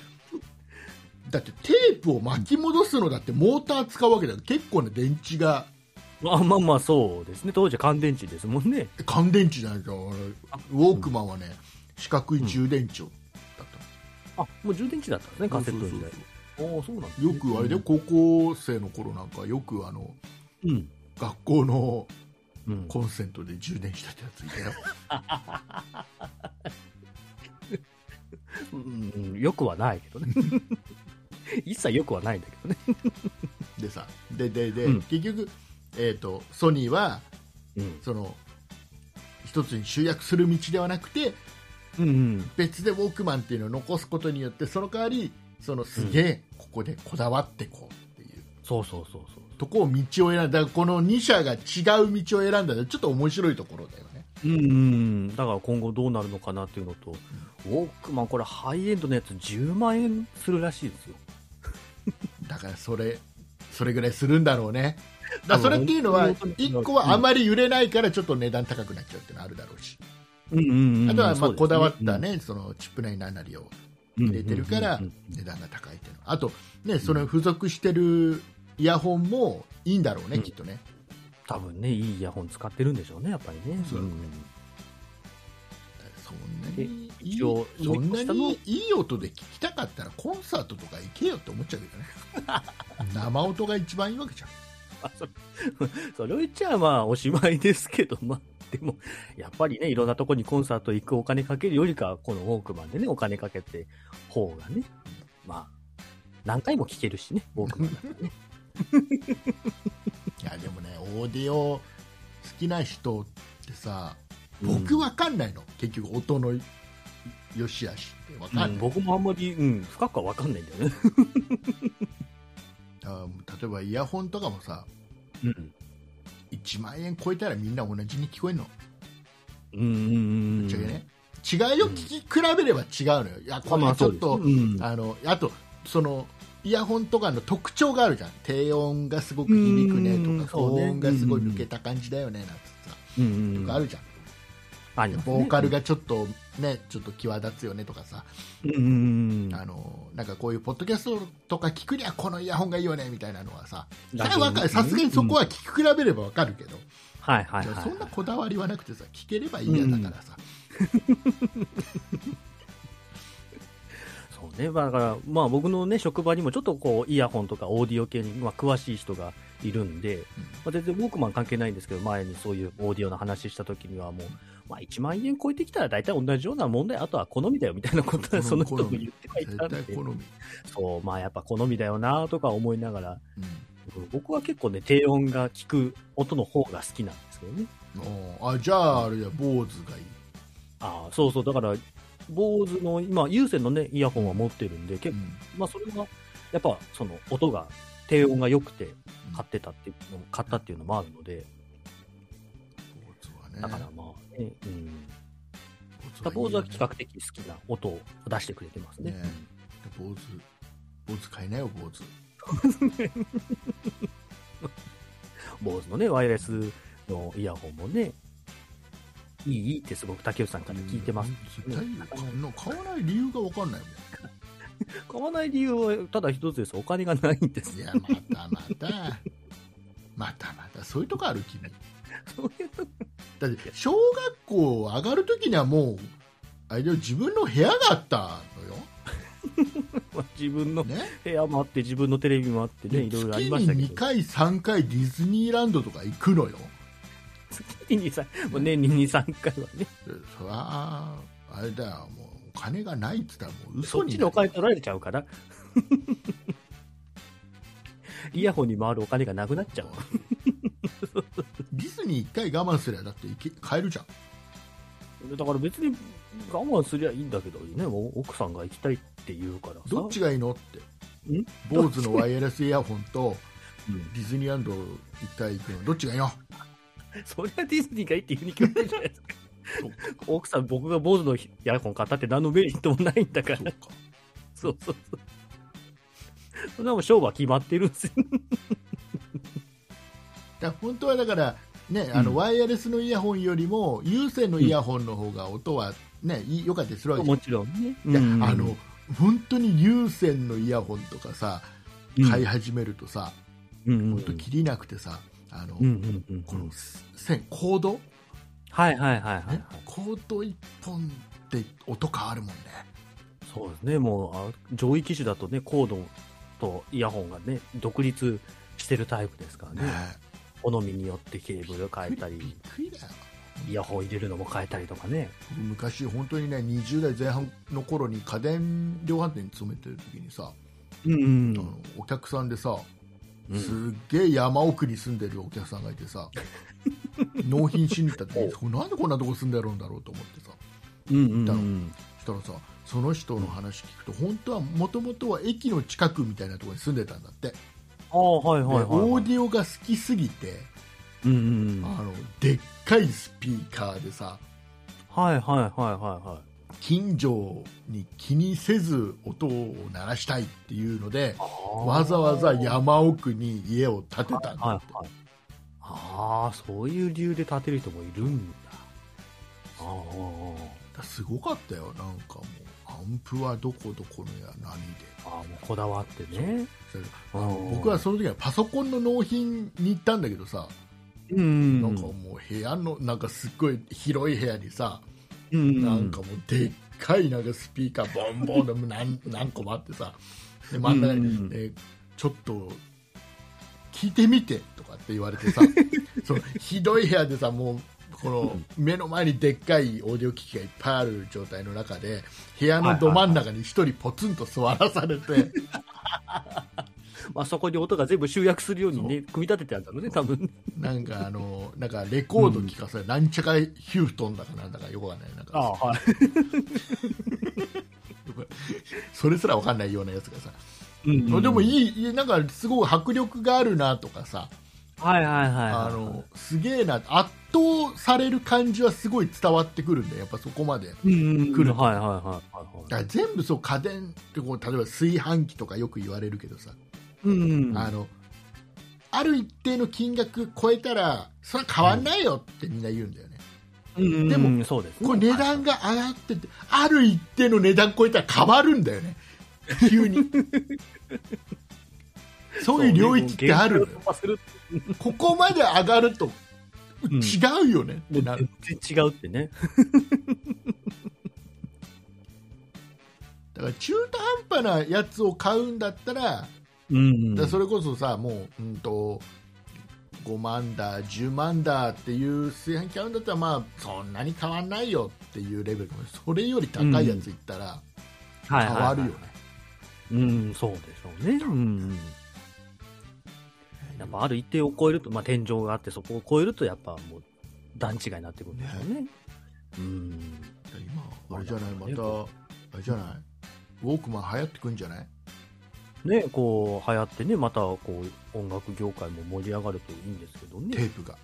だってテープを巻き戻すのだってモーター使うわけだから結構ね電池がまあまあまあそうですね。当時は乾電池ですもんね。乾電池じゃないか俺ウォークマンはね四角い充電池をだったあ、もう充電池だったんですね、カセットそう時そう代そ。おお、そうなんですうよくあれで高校生の頃なんかよくあのうん。学校のうん。コンセントで充電したってやついた ようん、よくはないけどね。 一切よくはないんだけどね。でさででで、うん結局、えー、とソニーはうん。その一つに集約する道ではなくてうんうん。別でウォークマンっていうのを残すことによってその代わりそのすげえここでこだわってこうっていうそうそうそうそう。とこを道を選んだだからこの2社が違う道を選んだのはちょっと面白いところだよねうんうん、だから今後どうなるのかなっていうのと、ウォークマン、これ、ハイエンドのやつ、10万円するらしいですよ。だからそれそれぐらいするんだろうねだからそれっていうのはうん本当に1個はあまり揺れないからちょっと値段高くなっちゃうっていうのはあるだろうしうんうんあとはまあこだわった、ねそのチップ内何なりを入入れてるから値段が高いっていうのあとねその付属してるイヤホンもいいんだろうね、うんきっとね多分ね、いいイヤホン使ってるんでしょうね、やっぱりね。そううんそんなにいい一応そんな下のにいい音で聞きたかったらコンサートとか行けよって思っちゃうけど ね生音が一番いいわけじゃんあそれそれを言っちゃまあおしまいですけど、まあ、でも、やっぱりね、いろんなとこにコンサート行くお金かけるよりかは、このウォークマンでね、お金かけて方がね、まあ、何回も聴けるしね、ウォークマ ンだからね。いやでもねオーディオ好きな人ってさ僕わかんないの、結局音の良し悪しってわかんうない、ん、僕もあんまり、うん、深くは分かんないんだよね。あ例えばイヤホンとかもさうん。 1万円超えたらみんな同じに聞こえるのうんうんうん。ぶっちゃけね、違いを聞き比べれば違うのよいやまあこれまあちそょうっですと、うんあのあとそのイヤホンとかの特徴があるじゃん低音がすごく響くうねんとかそう高ね音がすごい抜けた感じだよねなんてさ、うんうんうん。とかあるじゃんありますねボーカルがちょっとねちょっと際立つよねとかさ、うんうんうん。あのなんかこういうポッドキャストとか聞くにはこのイヤホンがいいよねみたいなのはさそれはわかるさすがにそこは聞き比べればわかるけど、はいはいじゃはあい。そんなこだわりはなくてさ聞ければいいやだからさ、そうね、まあだから、まあ、僕の、ね、職場にもちょっとこうイヤホンとかオーディオ系に、まあ、詳しい人がいるんで、まあ、全然ウォークマン関係ないんですけど、前にそういうオーディオの話した時には、もう、まあ、1万円超えてきたら大体同じような問題、あとは好みだよみたいなことはその人も言ってはいたん絶対で好、み、そう、まあ、やっぱ好みだよなとか思いながら、うん僕は結構ね、低音が聞く音の方が好きなんですけどね。おーあじゃああれや坊主がいいああ、そうそう、だから、坊主の、今、有線のね、イヤホンは持ってるんで、結構うんまあ、それが、やっぱその音が、低音が良くて買ってたっていうのも、買ったっていうのもあるので、坊主はねだからまあ、ね、うん。坊坊主は比較企的好きな音を出してくれてますね。ね坊主坊主買いなよ坊主坊主のね、ワイヤレスのイヤホンもね、いいいいってすごく竹内さんから聞いてます。うん絶対いいよ買わない理由が分かんないもん買わない理由はただ一つです。お金がないんです い。やまたまたまたまたそういうとこある君そういうとこだって小学校上がる時にはもうあれだよ自分の部屋があったは自分ののよ、ね、部屋もあって、自分のテレビもあってね、いろいろありました月けにど2。回3回ディズニーランドとか行くのよ月に2、3、もう年に2、3回 はね。でそりゃあれだよもうお金がないっつったらもうそ嘘っにちなでるお金取られちゃうから。 イヤホンに回るお金がなくなっちゃう。ディズニー1回我慢すりゃだっていけ買えるじゃんだから別に我慢すりゃいいんだけどね、お奥さんが行きたいって言うからさ。どっちがいいのってん坊主のワイヤレスイヤホンとうんディズニーランド1回行くのどっちがいいのそりゃディズニーがいいって言うに決まってるじゃないですか。奥さん、僕が坊主のイヤホン買ったって何のメリットもないんだかそうら。かそうそうそう。そんなもん勝負は決まってるんですよ。だから本当はだからねあのうんワイヤレスのイヤホンよりも有線のイヤホンの方が音はねいい良かったりするわけじゃんもちろんね。いやうんあの、本当に有線のイヤホンとかさうん買い始めるとさ、うんうんう本当ん切りなくてさあの、うんうんうんこの線コード、ねはいはいはいはいはい。コード1本って音変わるもんねそうですね、もうあ上位機種だとね、コードとイヤホンがね、独立してるタイプですからね、好みによってケーブル変えたびっり、くりだよイヤホン入れるのも変えたりとかね、僕昔本当にね20代前半の頃に家電量販店に勤めてる時にさうんうんあのお客さんでさすっげえ山奥に住んでるお客さんがいて さ、納品しに行った時にそこなんでこんなとこ住んでるんだろうと思ってさうんうんだうろそんしたらさその人の話聞くと本当はもともとは駅の近くみたいなところに住んでたんだって、ああはいはいはい、でオはいーディオが好きすぎてうんうんうんあはいのでっかいスピーカーでさはいはいはいはい近所に気にせず音を鳴らしたいっていうのでわざわざ山奥に家を建てたんだはいはい、ああそういう理由で建てる人もいるんだああすごかったよなんかもうアンプはどこどこのや何でああもうこだわってねそれあの僕はその時はパソコンの納品に行ったんだけどさ、うんうんなんかもう部屋のなんかすっごい広い部屋にさ、うんなんかもうでっかいなんかスピーカーボンボンでもう何何個もあってさで真ん中に、うんえちょっと聞いてみて」とかって言われて さそのひどい部屋でさもうこの目の前にでっかいオーディオ機器がいっぱいある状態の中で部屋のど真ん中に一人ポツンと座らされて まあ、そこに音が全部集約するようにね組み立ててあったのね多分ねなんかあのなんかレコード聞かされ、なんちゃかヒュートンだかなんだかよくわかんないなんかはいそれすらわかんないようなやつがさ、うんうんでもいいいいなんかすごい迫力があるなとかさ、はいはいはいはいあのすげえな圧倒される感じはすごい伝わってくるんだよやっぱそこまでだかうんうんうん来るはいはいはいはいはら全部そう家電ってこう例えば炊飯器とかよく言われるけどさ、いうんうんあのある一定の金額超えたらそれは変わんないよってみんな言うんだよね、うんうんでもそうですねこれ値段が上がっててある一定の値段超えたら変わるんだよね急 にそういう領域ってあるのよそうねもう限界を突破するここまで上がるとん違うよねってなる、全然違うってねだから中途半端なやつを買うんだったら,、うんうんそれこそさもう、うん、と5万だ10万だっていう炊飯器買うんだったら、まあ、そんなに変わんないよっていうレベルかもそれより高いやついったらは変いはいわはいるよね、うん、そうでしょうね。うん。やっぱある一定を超えると、まあ、天井があって、そこを超えると、やっぱもう、段違いになってくるんですよね。うん。今あれじゃないまたあれじゃないウォークマン流行ってくんじゃないね、こう、流行ってね、また、こう、音楽業界も盛り上がるといいんですけどテね。ープが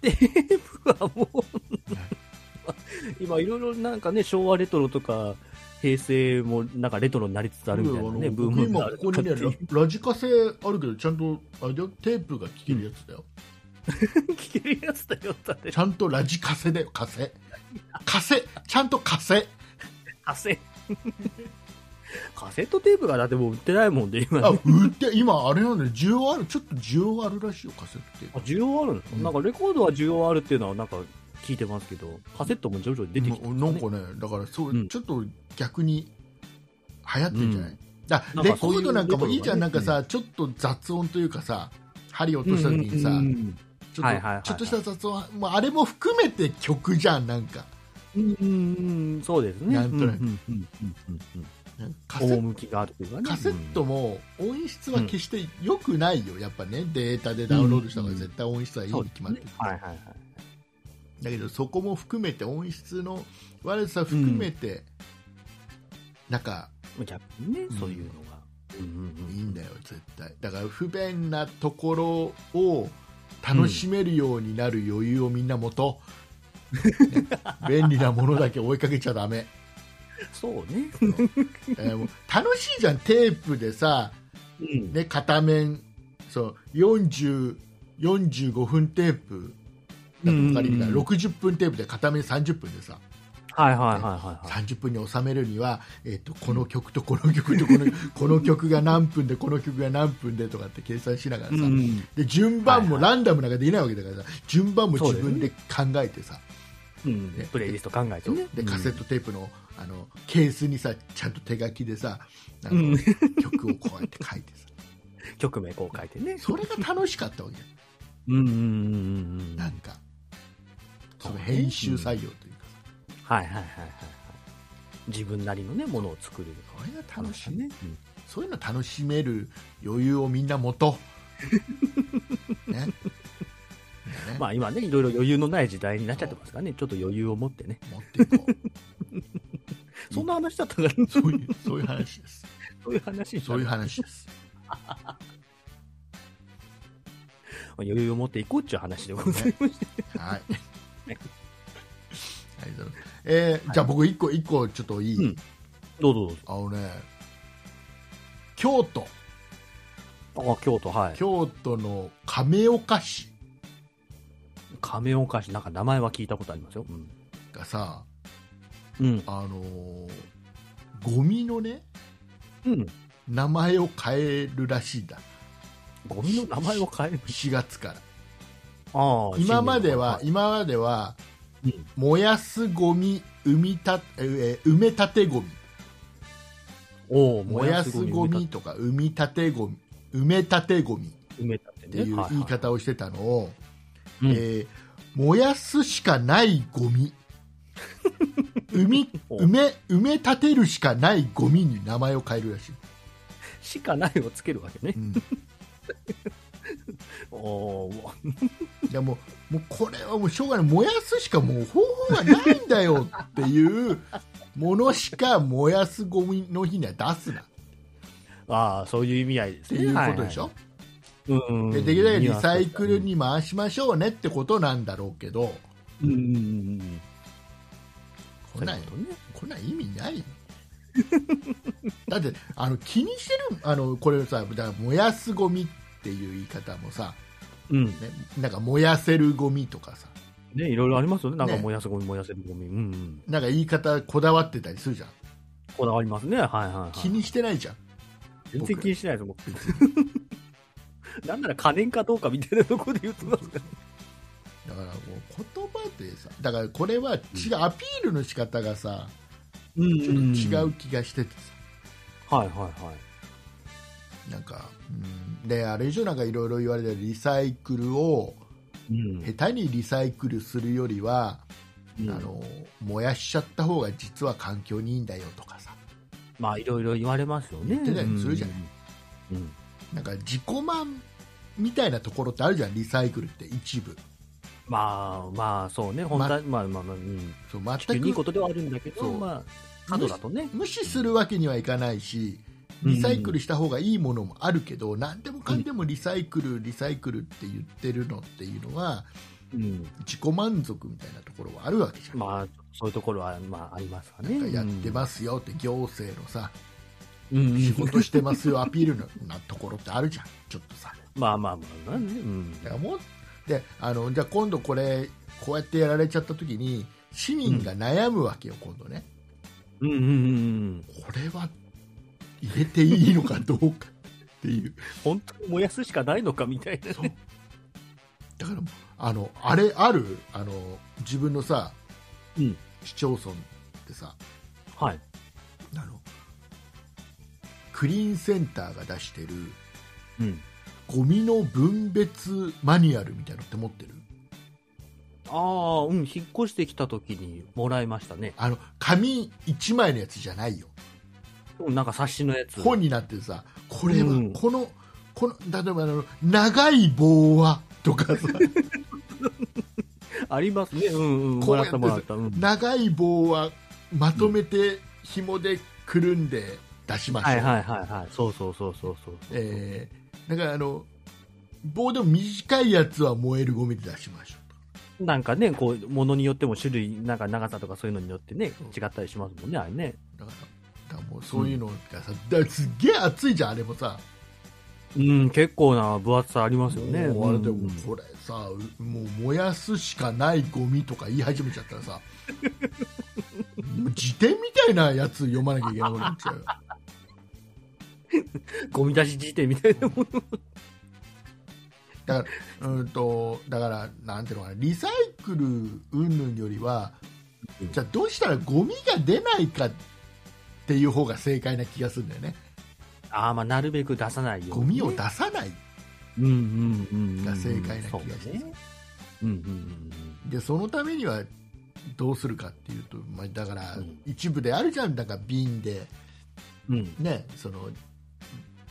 テープ はもう、今、いろいろなんかね、昭和レトロとか、平成もなんかレトロになりつつあるみたいなね、うんブー僕ム今があここるにねとかっていうララジカセあるけどちゃんとあれだよテープが聴けるやつだよ、聞けるやつだよ、だってち。ゃんとラジカセだよカ セカセちゃんとカセカセカセットテープがだってもう売ってないもんで、今、あね。売って今あれなんだよ需要あるちょっと需要あるらしいよカセってあ需要あるの、うんなんかレコードは需要あるっていうのはなんか聞いてますけど、カセットも徐々に出てきてますなね、んかねだからそう、うんちょっと逆に流行ってんじゃない、うんだなんレかコそういうードなんかもいいじゃん、レなんコかードがさちょっと雑音というかさ針落とした時にさ、うんうんちょっとはいはいはいはいちょっとした雑音もうあれも含めて曲じゃんなんかうんうんうんそうですね。なんとなくうんうんうんうんうんなんかカセット趣があるっていうかね。カセットうんも音質は決して良くないよ、やっぱね、データでダウンロードした方が絶対音質はいいそうにです決ねまってる、はいはいはい。だけどそこも含めて、音質の悪さ含めて、なんか逆にね、うんそういうのが。うんうんういんいんだよ、絶対。だから不便なところを楽しめるようになる余裕をみんな持とう、 ね便利なものだけ追いかけちゃだめ、そうね。えーもう楽しいじゃん、テープでさ、うんね、片面そう40 45分テープだとかかりにかうんうんうん60分テープで片面30分でさはいはいはいはいはい。 30分に収めるには、えっとこの曲とこの曲とこ のこの曲が何分でこの曲が何分でとかって計算しながらさ、うんで順番もはいはランダムなんかできないわけだからさ順番も自分で考えてさうんねプレイリスト考えてそうね。でカセットテープのあのケースにさちゃんと手書きでさなうんんか曲をこうやって書いてさうん曲名こう書いてね。それが楽しかったわけようんうんうんうんうん。なんか、その編集採用というかさ、はいはいはいはいはい。自分なりのね、ものを作る。これが楽しいね。うんそういうの楽しめる余裕をみんな持と う。ね。ねまあ今ね、いろいろ余裕のない時代になっちゃってますからね、ちょっと余裕を持ってね。持っていこう。そんな話だったから、そういう、そういう話です。そういう話そういう話です。余裕を持っていこうっていう話でございます。はい。ありがとうございますえーじゃあ僕一個、一個ちょっといい、うんどうぞどあうのね、京都、ぞ。あ、京都、はい。京都の亀岡市亀岡市、なんか名前は聞いたことありますよ。うん。がさ、うん。あのーゴミのね、うん。名前を変えるらしいんだ。ゴミの名前を変える。 4月から。ああ、今までは、新今までは、年の燃やすゴミ、埋みた、えー埋め立てゴミ、うん、おお、燃やすゴミとか、埋み立てゴミ、埋め立てゴミっ埋めたってていう言い方をしてたのを、うんえー燃やすしかないゴ ミ、埋み、埋め、埋め立てるしかないゴミに名前を変えるらしい。しかないをつけるわけねう。んおおー、いやもうもうこれはもうしょうがない燃やすしかもう方法がないんだよっていう ものしか燃やすゴミの日には出すなっああ、そういう意味合いですてね。いうことでしょ、はいはいうんうん。でできるだけリサイクルに回しましょうねってことなんだろうけどうんうんうんうん。こんなんそういうここんなん意味ないよ だってあの気にしてるあのこれさだから燃やすゴミっていう言い方もさ、とね。ね、なんか燃やせるゴミとかさうん。ね、いろいろありますよね。なんかね燃やすゴミ、燃やせるゴミ。うんうん。なんか言い方こだわってたりするじゃんこだわりますね。はいはい、はい。気にしてないじゃん全然気にしないです、僕。 なんなら可燃かどうかみたいなところで言ってますから。だからもう言葉でさだからこれは違う、アピールの仕方がさうんちょっと違う。気がしててさ、はいはいはい。なんか、うん、であれ以上なんかいろいろ言われてるリサイクルをうん。下手にリサイクルするよりは、ああの、の燃やしちゃった方が実は環境にいいんだよとかさまあいろいろ言われますよね。言ってたりするじゃないうん。うん。なんか自己満みたいなところってあるじゃんリサイクルって一部まあまあそうね、本当にまあまあまあ、うん。そう急全にいいこくとではあるんだけそど、うまあ、角だとね。無視するわけにはいかないしうんリサイクルした方がいいものもあるけど、何でもかんでもリサイクル、リサイクルって言ってるのっていうのはうん。自己満足みたいなところはあるわけじゃん、まあ、そういうところは、まあ、ありますかなんかね。やってますよって行政のさ、うん。うんうん仕事してますよアピールのなところってあるじゃんちょっとさまあまあまあ、まあね。うんだ。からもうであのじゃあ今度これこうやってやられちゃった時に市民が悩むわけよ、今度ねうんうんうんうん。これは入れていいのかどうかっていう本当に燃やすしかないのかみたいな。そうだからもうあのあれあるあの自分のさ、うん市町村ってさはい。あのクリーンセンターが出してるうん。ゴミの分別マニュアルみたいなのって持ってるああ、うん、引っ越してきた時にもらいましたね。あの紙1枚のやつじゃないようんなんか冊子のやつ。本になってさこれはうんこの,、この例えばあの長い棒はとかさありますね。うんうん。こもうやらっってたもらった。うん。長い棒はまとめて紐でくるんで出しましょう、はいはいはいはい。そうそうそうそうそう。えー、だからあの棒でも短いやつは燃えるゴミで出しましょうなんかね、こう、ものによっても種類、なんか長さとかそういうのによってね、違ったりしますもんね、あれね。とだからだからもうそういうのがさ、だからすっげえ熱いじゃんあれもさうん、結構な分厚さありますよね。もうあれでうんもこれさうもう燃やすしかないゴミとか言い始めちゃったらさもう辞典みたいなやつ読まなきゃいけなくなっちゃうよゴミ出し辞典みたいなもん。だからうんとだからなんていうのかなリサイクル云々よりはうんじゃあどうしたらゴミが出ないかっていう方が正解な気がするんだよねああ、まあ、なるべく出さないようにね。ゴミを出さないうんうんうんうん。が正解な気がしますそうね。うんうんうんでそのためにはどうするかっていうと、まあ、だからうん一部であるじゃんなんか瓶で、うん。うん。ね、その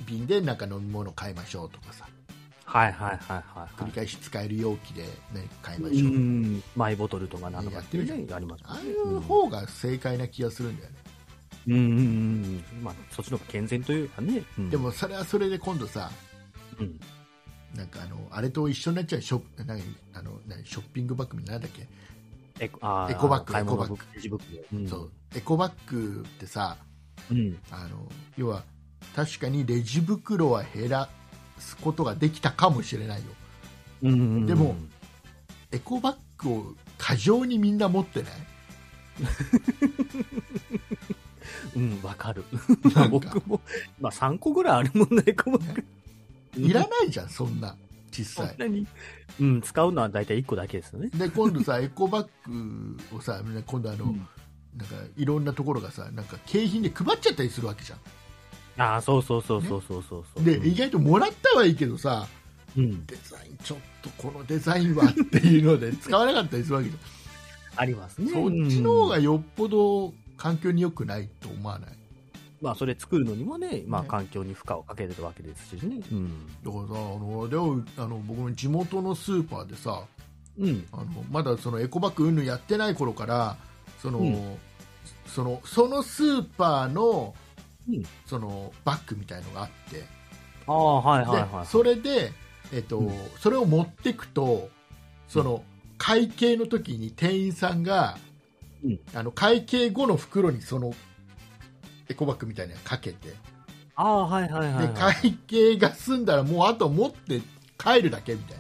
瓶でなんか飲み物買いましょうとかさはいはいはいは繰りい。返し使える容器で何か買いまうしょう、ん、マイボトルとかなんとかっていうやってるね、じありますああもんいねう方が正解な気がするんだよね、うんうんうんうん。まあ、そっちの方が健全というかね。うんで、もそれはそれで今度さうんなんかあのあれと一緒になっちゃうショッ何あの何ショッピングバッグみたいななんだっけ、エコあーエコバッグ買い物エコバッグレジ袋うんそうエコバッグってさうん。あの要は確かにレジ袋は減らすことができたかもしれないようんうんうんでも、エコバッグを過剰にみんな持ってないうん、わかる。なんか僕も、まあ、3個ぐらいあるもんね、エコバッグ。いらないじゃんそんなそ実ん際なに。うん、使うのは大体1個だけですよね。で今度さエ コバッグをさ今度あの、うんなんかいろんなところがさなんか景品で配っちゃったりするわけじゃんああ、そうそうそうそうそうそうそう。でうん意外ともらったはいいけどさうん、デザインちょっとこのデザインはっていうので使わなかったりするわけじありますね。ゃん、そっちの方がうんよっぽど環境に良くないと思わないまあ、それ作るのにもね、まあ、ね環境に負荷をかけてるわけですしね。うん。だからさあのでもあの僕も地元のスーパーでさうん。あのまだそのエコバッグうんぬんやってない頃からその、うんそのそのスーパーのうんそのバッグみたいのがあってで、ああ、はいはいはい。それで、えっとうんそれを持ってくとその、会計の時に店員さんが、うんあの会計後の袋にそのエコバッグみたいなのかけて、ああ、はいはいはい、ではい。会計が済んだらもうあと持って帰るだけみたい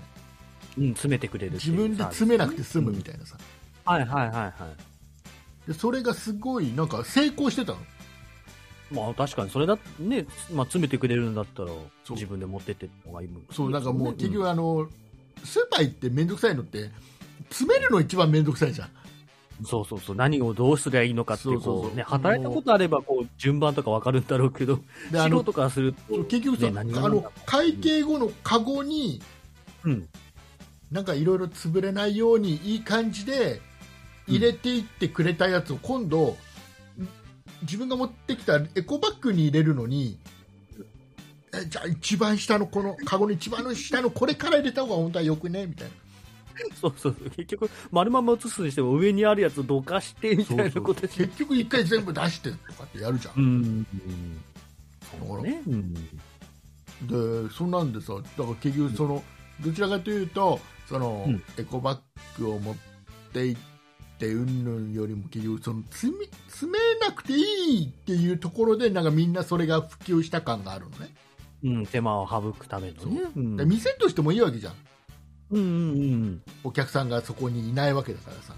なうん、詰めてくれるってい自う分で詰めなくて済むみたいなさ、はいはいはいはい。でそれがすごいなんか成功してたのまあ確かにそれだね、まあ、詰めてくれるんだったらそう自分で持ってってのがいいもんそうなんかもう結局は、あのスーパー行って面倒くさいのって詰めるの一番面倒くさいじゃんうんそうそうそう何をどうすりゃいいのかってこうそうそうそうね働いたことあればこう順番とかわかるんだろうけどであ素の人からすると、結局さ、ね何があの会計後のカゴにうんなんかいろいろ潰れないようにいい感じで入れていってくれたやつを今度、自分が持ってきたエコバッグに入れるのにえじゃあ一番下のこのカゴの一番の下のこれから入れた方が本当はよくねみたいなそうそうそう結局丸まま移すにしても上にあるやつどかしてみたいなことで結局一回全部出してとかってやるじゃん、んだからねうんでそんなんでさだから結局その、どちらかというとその、うんエコバッグを持って行ってうんぬんよりも結局その詰め詰めなくていいっていうところでなんかみんなそれが普及した感があるのね、うん、手間を省くためのねうんで店としてもいいわけじゃんうんうんうんお客さんがそこにいないわけだからさ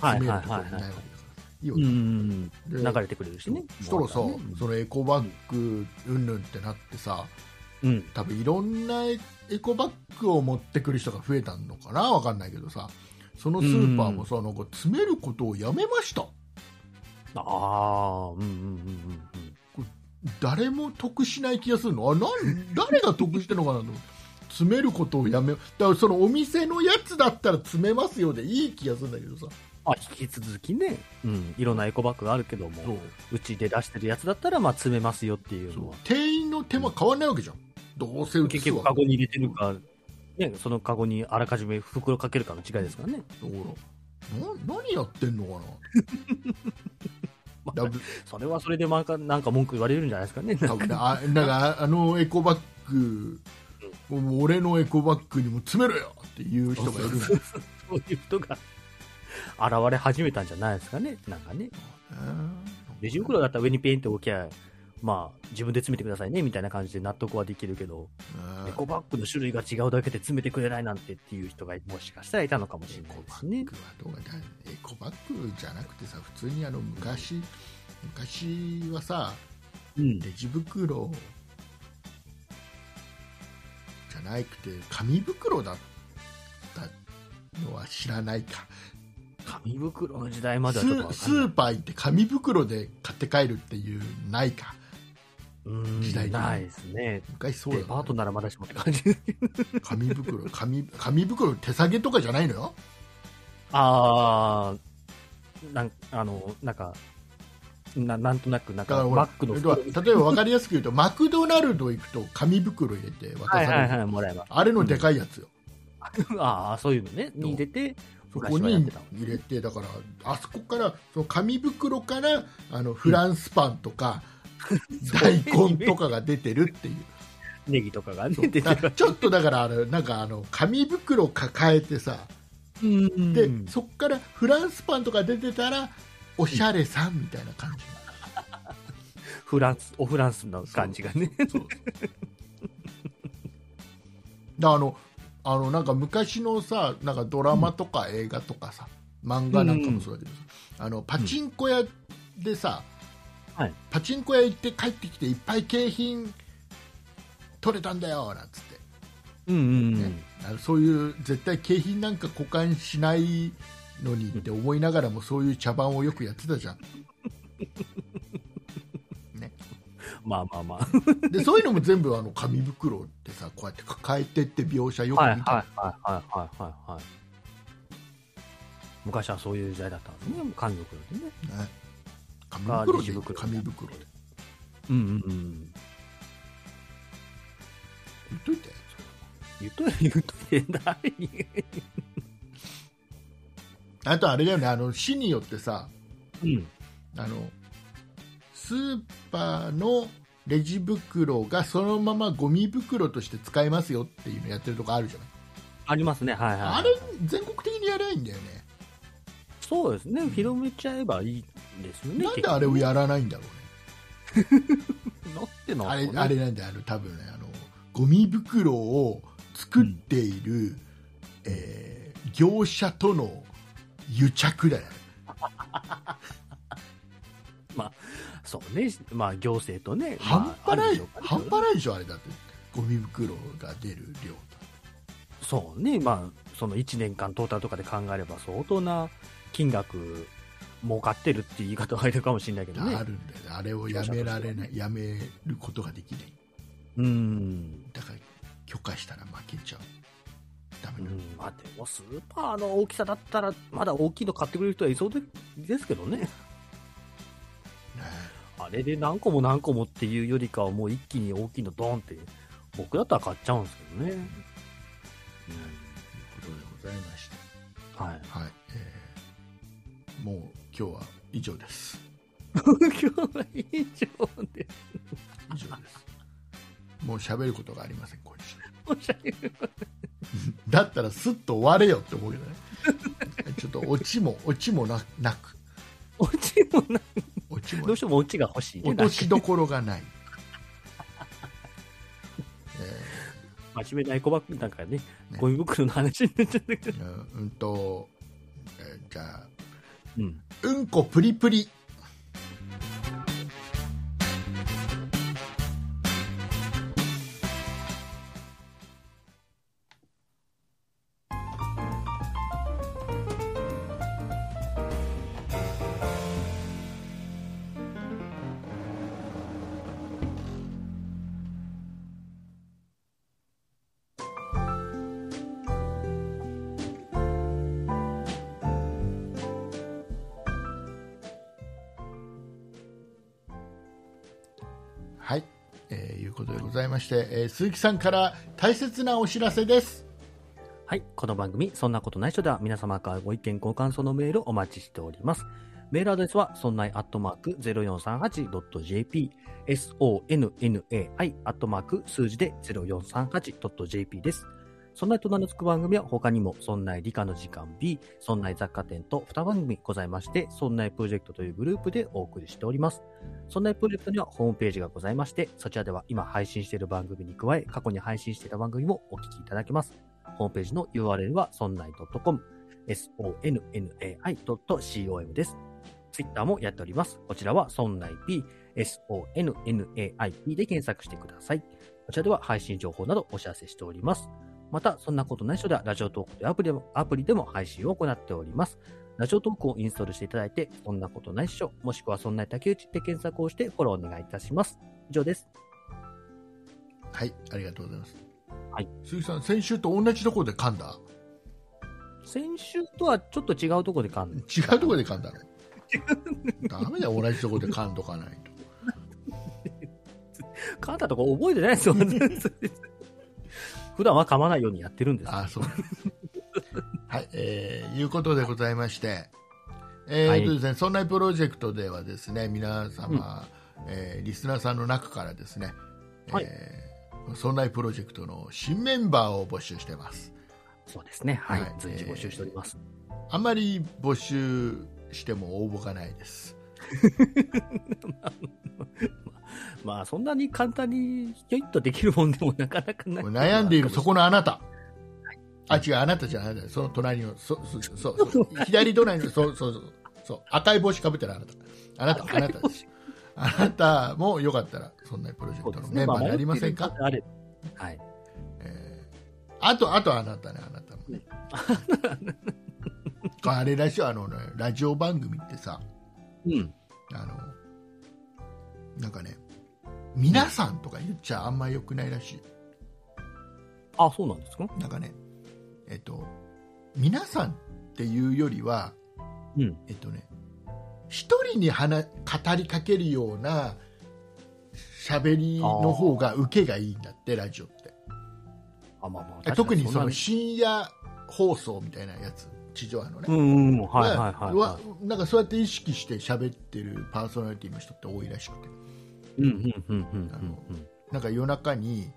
はいはい詰めはるところにいないいはいわけだからいいわうけんうんうんで流れてくれるしねそしたらさ、うんそのエコバッグうんぬんってなってさ、うん多分いろんなエコバッグを持ってくる人が増えたのかなわかんないけどさそのスーパーもさ、なんか詰めることをやめましたああ、うんうんうん誰も得しない気がするのあなん誰が得してるのかなと思って詰めることをやめだからそのお店のやつだったら詰めますよでいい気がするんだけどさあ引き続きね、うん、いろんなエコバッグがあるけどそうも、うちで出してるやつだったら、まあ、詰めますよっていうそうのは、店員の手間変わんないわけじゃんどうせ移結す局、わカゴに入れてるか、ね、そのカゴにあらかじめ袋かけるかの違いですからね、だからな何やってんのかまなだあ、それはそれでなんか、なんか文句言われるんじゃないです かね、な多ん分ねか、あなんかあのエコバッグ、もう俺のエコバッグにも詰めろよっていう人がいるんだよねそういう人が現れ始めたんじゃないですかね、なんかね、レジ袋だったら上にペインって置きゃ、まあ、自分で詰めてくださいねみたいな感じで納得はできるけど。うんエコバッグの種類が違うだけで詰めてくれないなんてっていう人がもしかしたらいたのかもしエれないコでバすッね。グはどうかだエコバッグじゃなくてさ普通にあの昔昔はさうん。レジ袋じゃなくて紙袋だったのは知らないか紙袋の時代まスではちょっとわーかスんなーい。パー行って紙袋で買って帰るっていうないかうん時代ないですね。昔そうだデよねパートならまだしもって感 じ。紙袋紙紙袋手提げとかじゃないのよあー、なんあの、なんか、ななんとなくなだんかからほマらックの袋みたい例えば分かりやすく言うとマクドナルド行くと紙袋入れて渡されなる、はいはいはいもらえばあれのでかいやつよ、 ああそういうのねに出てそ昔こはにやってたもん入れてだからあそこからその紙袋からあのフランスパンとか、大根とかが出てるっていうネギとかがねそう 出てだるからちょっとだからあのなんかあの紙袋抱えてさうんで、そこからフランスパンとか出てたらおしゃれさんみたいな感じ、フランスおフランスの感じがねそうそうだあのあのなんか昔のさなんかドラマとか映画とかさ、漫画なんかもそうだけどさ、あのパチンコ屋でさ、はいパチンコ屋行って帰ってきていっぱい景品取れたんだよなんつって、うんうんうん、ねあのそういう絶対景品なんか交換しないのにって思いながらもそういう茶番をよくやってたじゃ ん まあまあまあでそういうのも全部あの紙袋ってさこうやって抱えてって描写よくはい見はいた、はいはいはいはいはい昔はそういう時代だったんですね家族でねね、紙袋でレジ袋紙袋でうんうんうん言っといて言っといて言っといて誰にあとあれだよねあの市によってさうんあのスーパーのレジ袋がそのままゴミ袋として使えますよっていうのやってるとこあるじゃない、ありますねはいはいあれ全国的にやらないんだよねそうですね広めちゃえばいいですよねなんであれをやらないんだろうね結局なってなあれんかあねれなんだよあの多分ねあのゴミ袋を作っている、えー業者との癒着だよねそうねまあ行政とね半端まああなるいでしょうから半端ないでしょあれだってゴミ袋が出る量そうねまあその1年間トータルとかで考えれば相当な金額儲かってるって言い方が入るかもしれないけどねあるんだよねあれをやめられないやめることができないうんだから許可したら負けちゃうダうメなのんまあでもスーパーの大きさだったらまだ大きいの買ってくれる人はいそうでですけどねねあれで何個も何個もっていうよりかはもう一気に大きいのドーンって僕だったら買っちゃうんですけどね、ということでございましうん、はいたはい、えーもう今日は以上です今日は以上で以上ですもう喋ることがありません今週申し訳だったらすっと終われよって思うけどねちょっとオチもオチもななくオチもないオチもどうしてもオチが欲しいね落としどころが ない、え真面目なエコバッグなんかねねゴミ袋の話になっちゃったけど、ーうんうんと、えーじゃあうん、うんこプリプリはい、えーいうことでございまして、えー鈴木さんから大切なお知らせですはい。この番組、そんなことない人では、皆様からご意見、ご感想のメールをお待ちしております。メールアドレスは、そんないアットマーク 0438.jp、sonnai アットマーク数字で 0438.jp です。そんないと名の付く番組は、他にも、そんない理科の時間 B、そんない雑貨店と2番組ございまして、そんないプロジェクトというグループでお送りしております。そんなプロジェクトにはホームページがございまして、そちらでは今配信している番組に加え、過去に配信していた番組もお聞きいただけます。ホームページの URL は sonnai.com、sonnai.com です。ツイッターもやっております。こちらは sonnaip、sonnaip で検索してください。こちらでは配信情報などお知らせしております。また、そんなことない人では、ラジオトークというアプリでもアプリでも配信を行っております。ラジオトークをインストールしていただいて、そんなことないっしょ、もしくはそんな竹内って検索をしてフォローお願いいたします。以上です。はいありがとうございます、はい、鈴木さん先週と同じところで噛んだ先週とはちょっと違うところで噛ん違でうところで噛んだのダ メだよ同じとこで噛んどかないと噛んだとこ覚えてない ですよ 普段は噛まないようにやってるんですあそうはいえー、いうことでございましてえーとですね、そんなプロジェクトではですね皆様、えーリスナーさんの中からですね、はいえー、そんなプロジェクトの新メンバーを募集してますそうですねはい、はい随時募集しております、あまり募集しても応募がないですまあそんなに簡単にひょいっとできるもんでもなかなかない悩んでいるそこのあなたあ違うあなたじゃないあなたその隣のそそそうそう左隣のそうそうそうそう赤い帽子かぶってるあなたあなたあなたですあなたもよかったらそんなプロジェクそうトでのすメねンバーになりませんか、ああれはいえーあとあとあなたねあなたもね あれらしいあの、ね、ラジオ番組ってさうんあのなんかね皆さんとか言っちゃあんま良くないらしいあそうなんですかなんかね、えっと、皆さんっていうよりは、うんえっとね、一人に話語りかけるような喋りの方が受けがいいんだって、ラジオって。あまあまあ特にそんのな深夜放送みたいなやつ、地上波のね。うんうんうんはいはいはい、わはなんかそうやって意識して喋ってるパーソナリティの人って多いらしくてい、うんうんうんうんうんなんか夜中に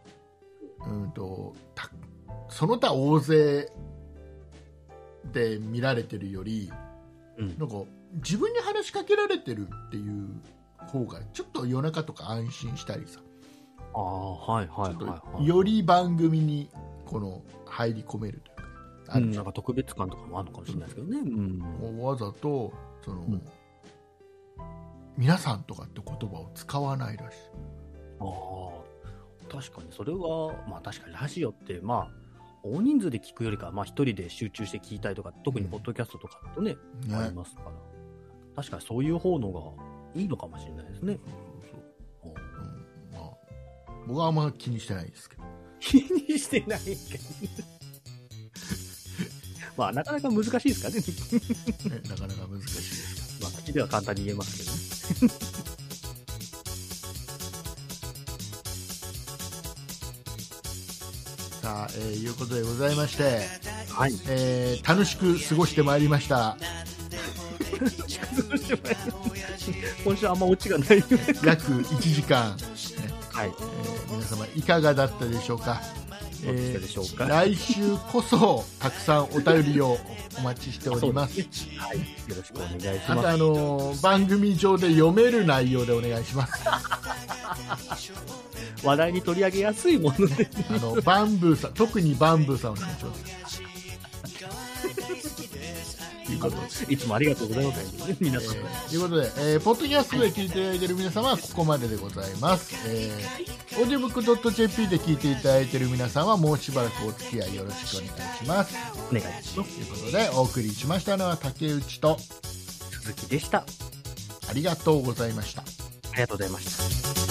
うんとたその他大勢で見られてるよりうんうんなんか自分に話しかけられてるっていう方がちょっと夜中とか安心したりさああはいはちょいっはい、とはい、より番組にこの入り込めるというかあうるん、じなゃんんか特別感とかもあるのかもしれないですけどね。うん。もうわざとその、ん皆さんとかって言葉を使わないらしいああ、確かにそれは、まあ確かにラジオって、まあ、大人数で聞くよりか、まあ一人で集中して聞いたりとか、特にポッドキャストとかだとね、ねありますから。確かにそういう方のがいいのかもしれないですね。うん うんまあ、僕はあんま気にしてないですけど気にしてないけど。まあなかなか難しいですからね。ね、なかなか難しいですまあ口では簡単に言えますけどね。さあ、えーいうことでございまして、はい。えー楽しく過ごしてまいりました今週あんまオチがない。約1時間、ねはい。えー皆様いかがだったでしょうか、どうでしたでしょうかえー来週こそたくさんお便りをお待ちしておりますはい。よろしくお願いしあますと。あのー番組上で読める内容でお願いします あ話題に取り上げやすいものでのバンブーさん特にバンブーさんお願いしますということでいつもありがとうございます皆さん、ということで、えーポッドキャストで聞いていただいている皆様はここまででございます、えー、オーディオブックドット JP で聞いていただいている皆さんはもうしばらくお付き合いよろしくお願いしますお願いしますということでお送りしましたのは竹内と鈴木でしたあありがとうございましたりがとうございました「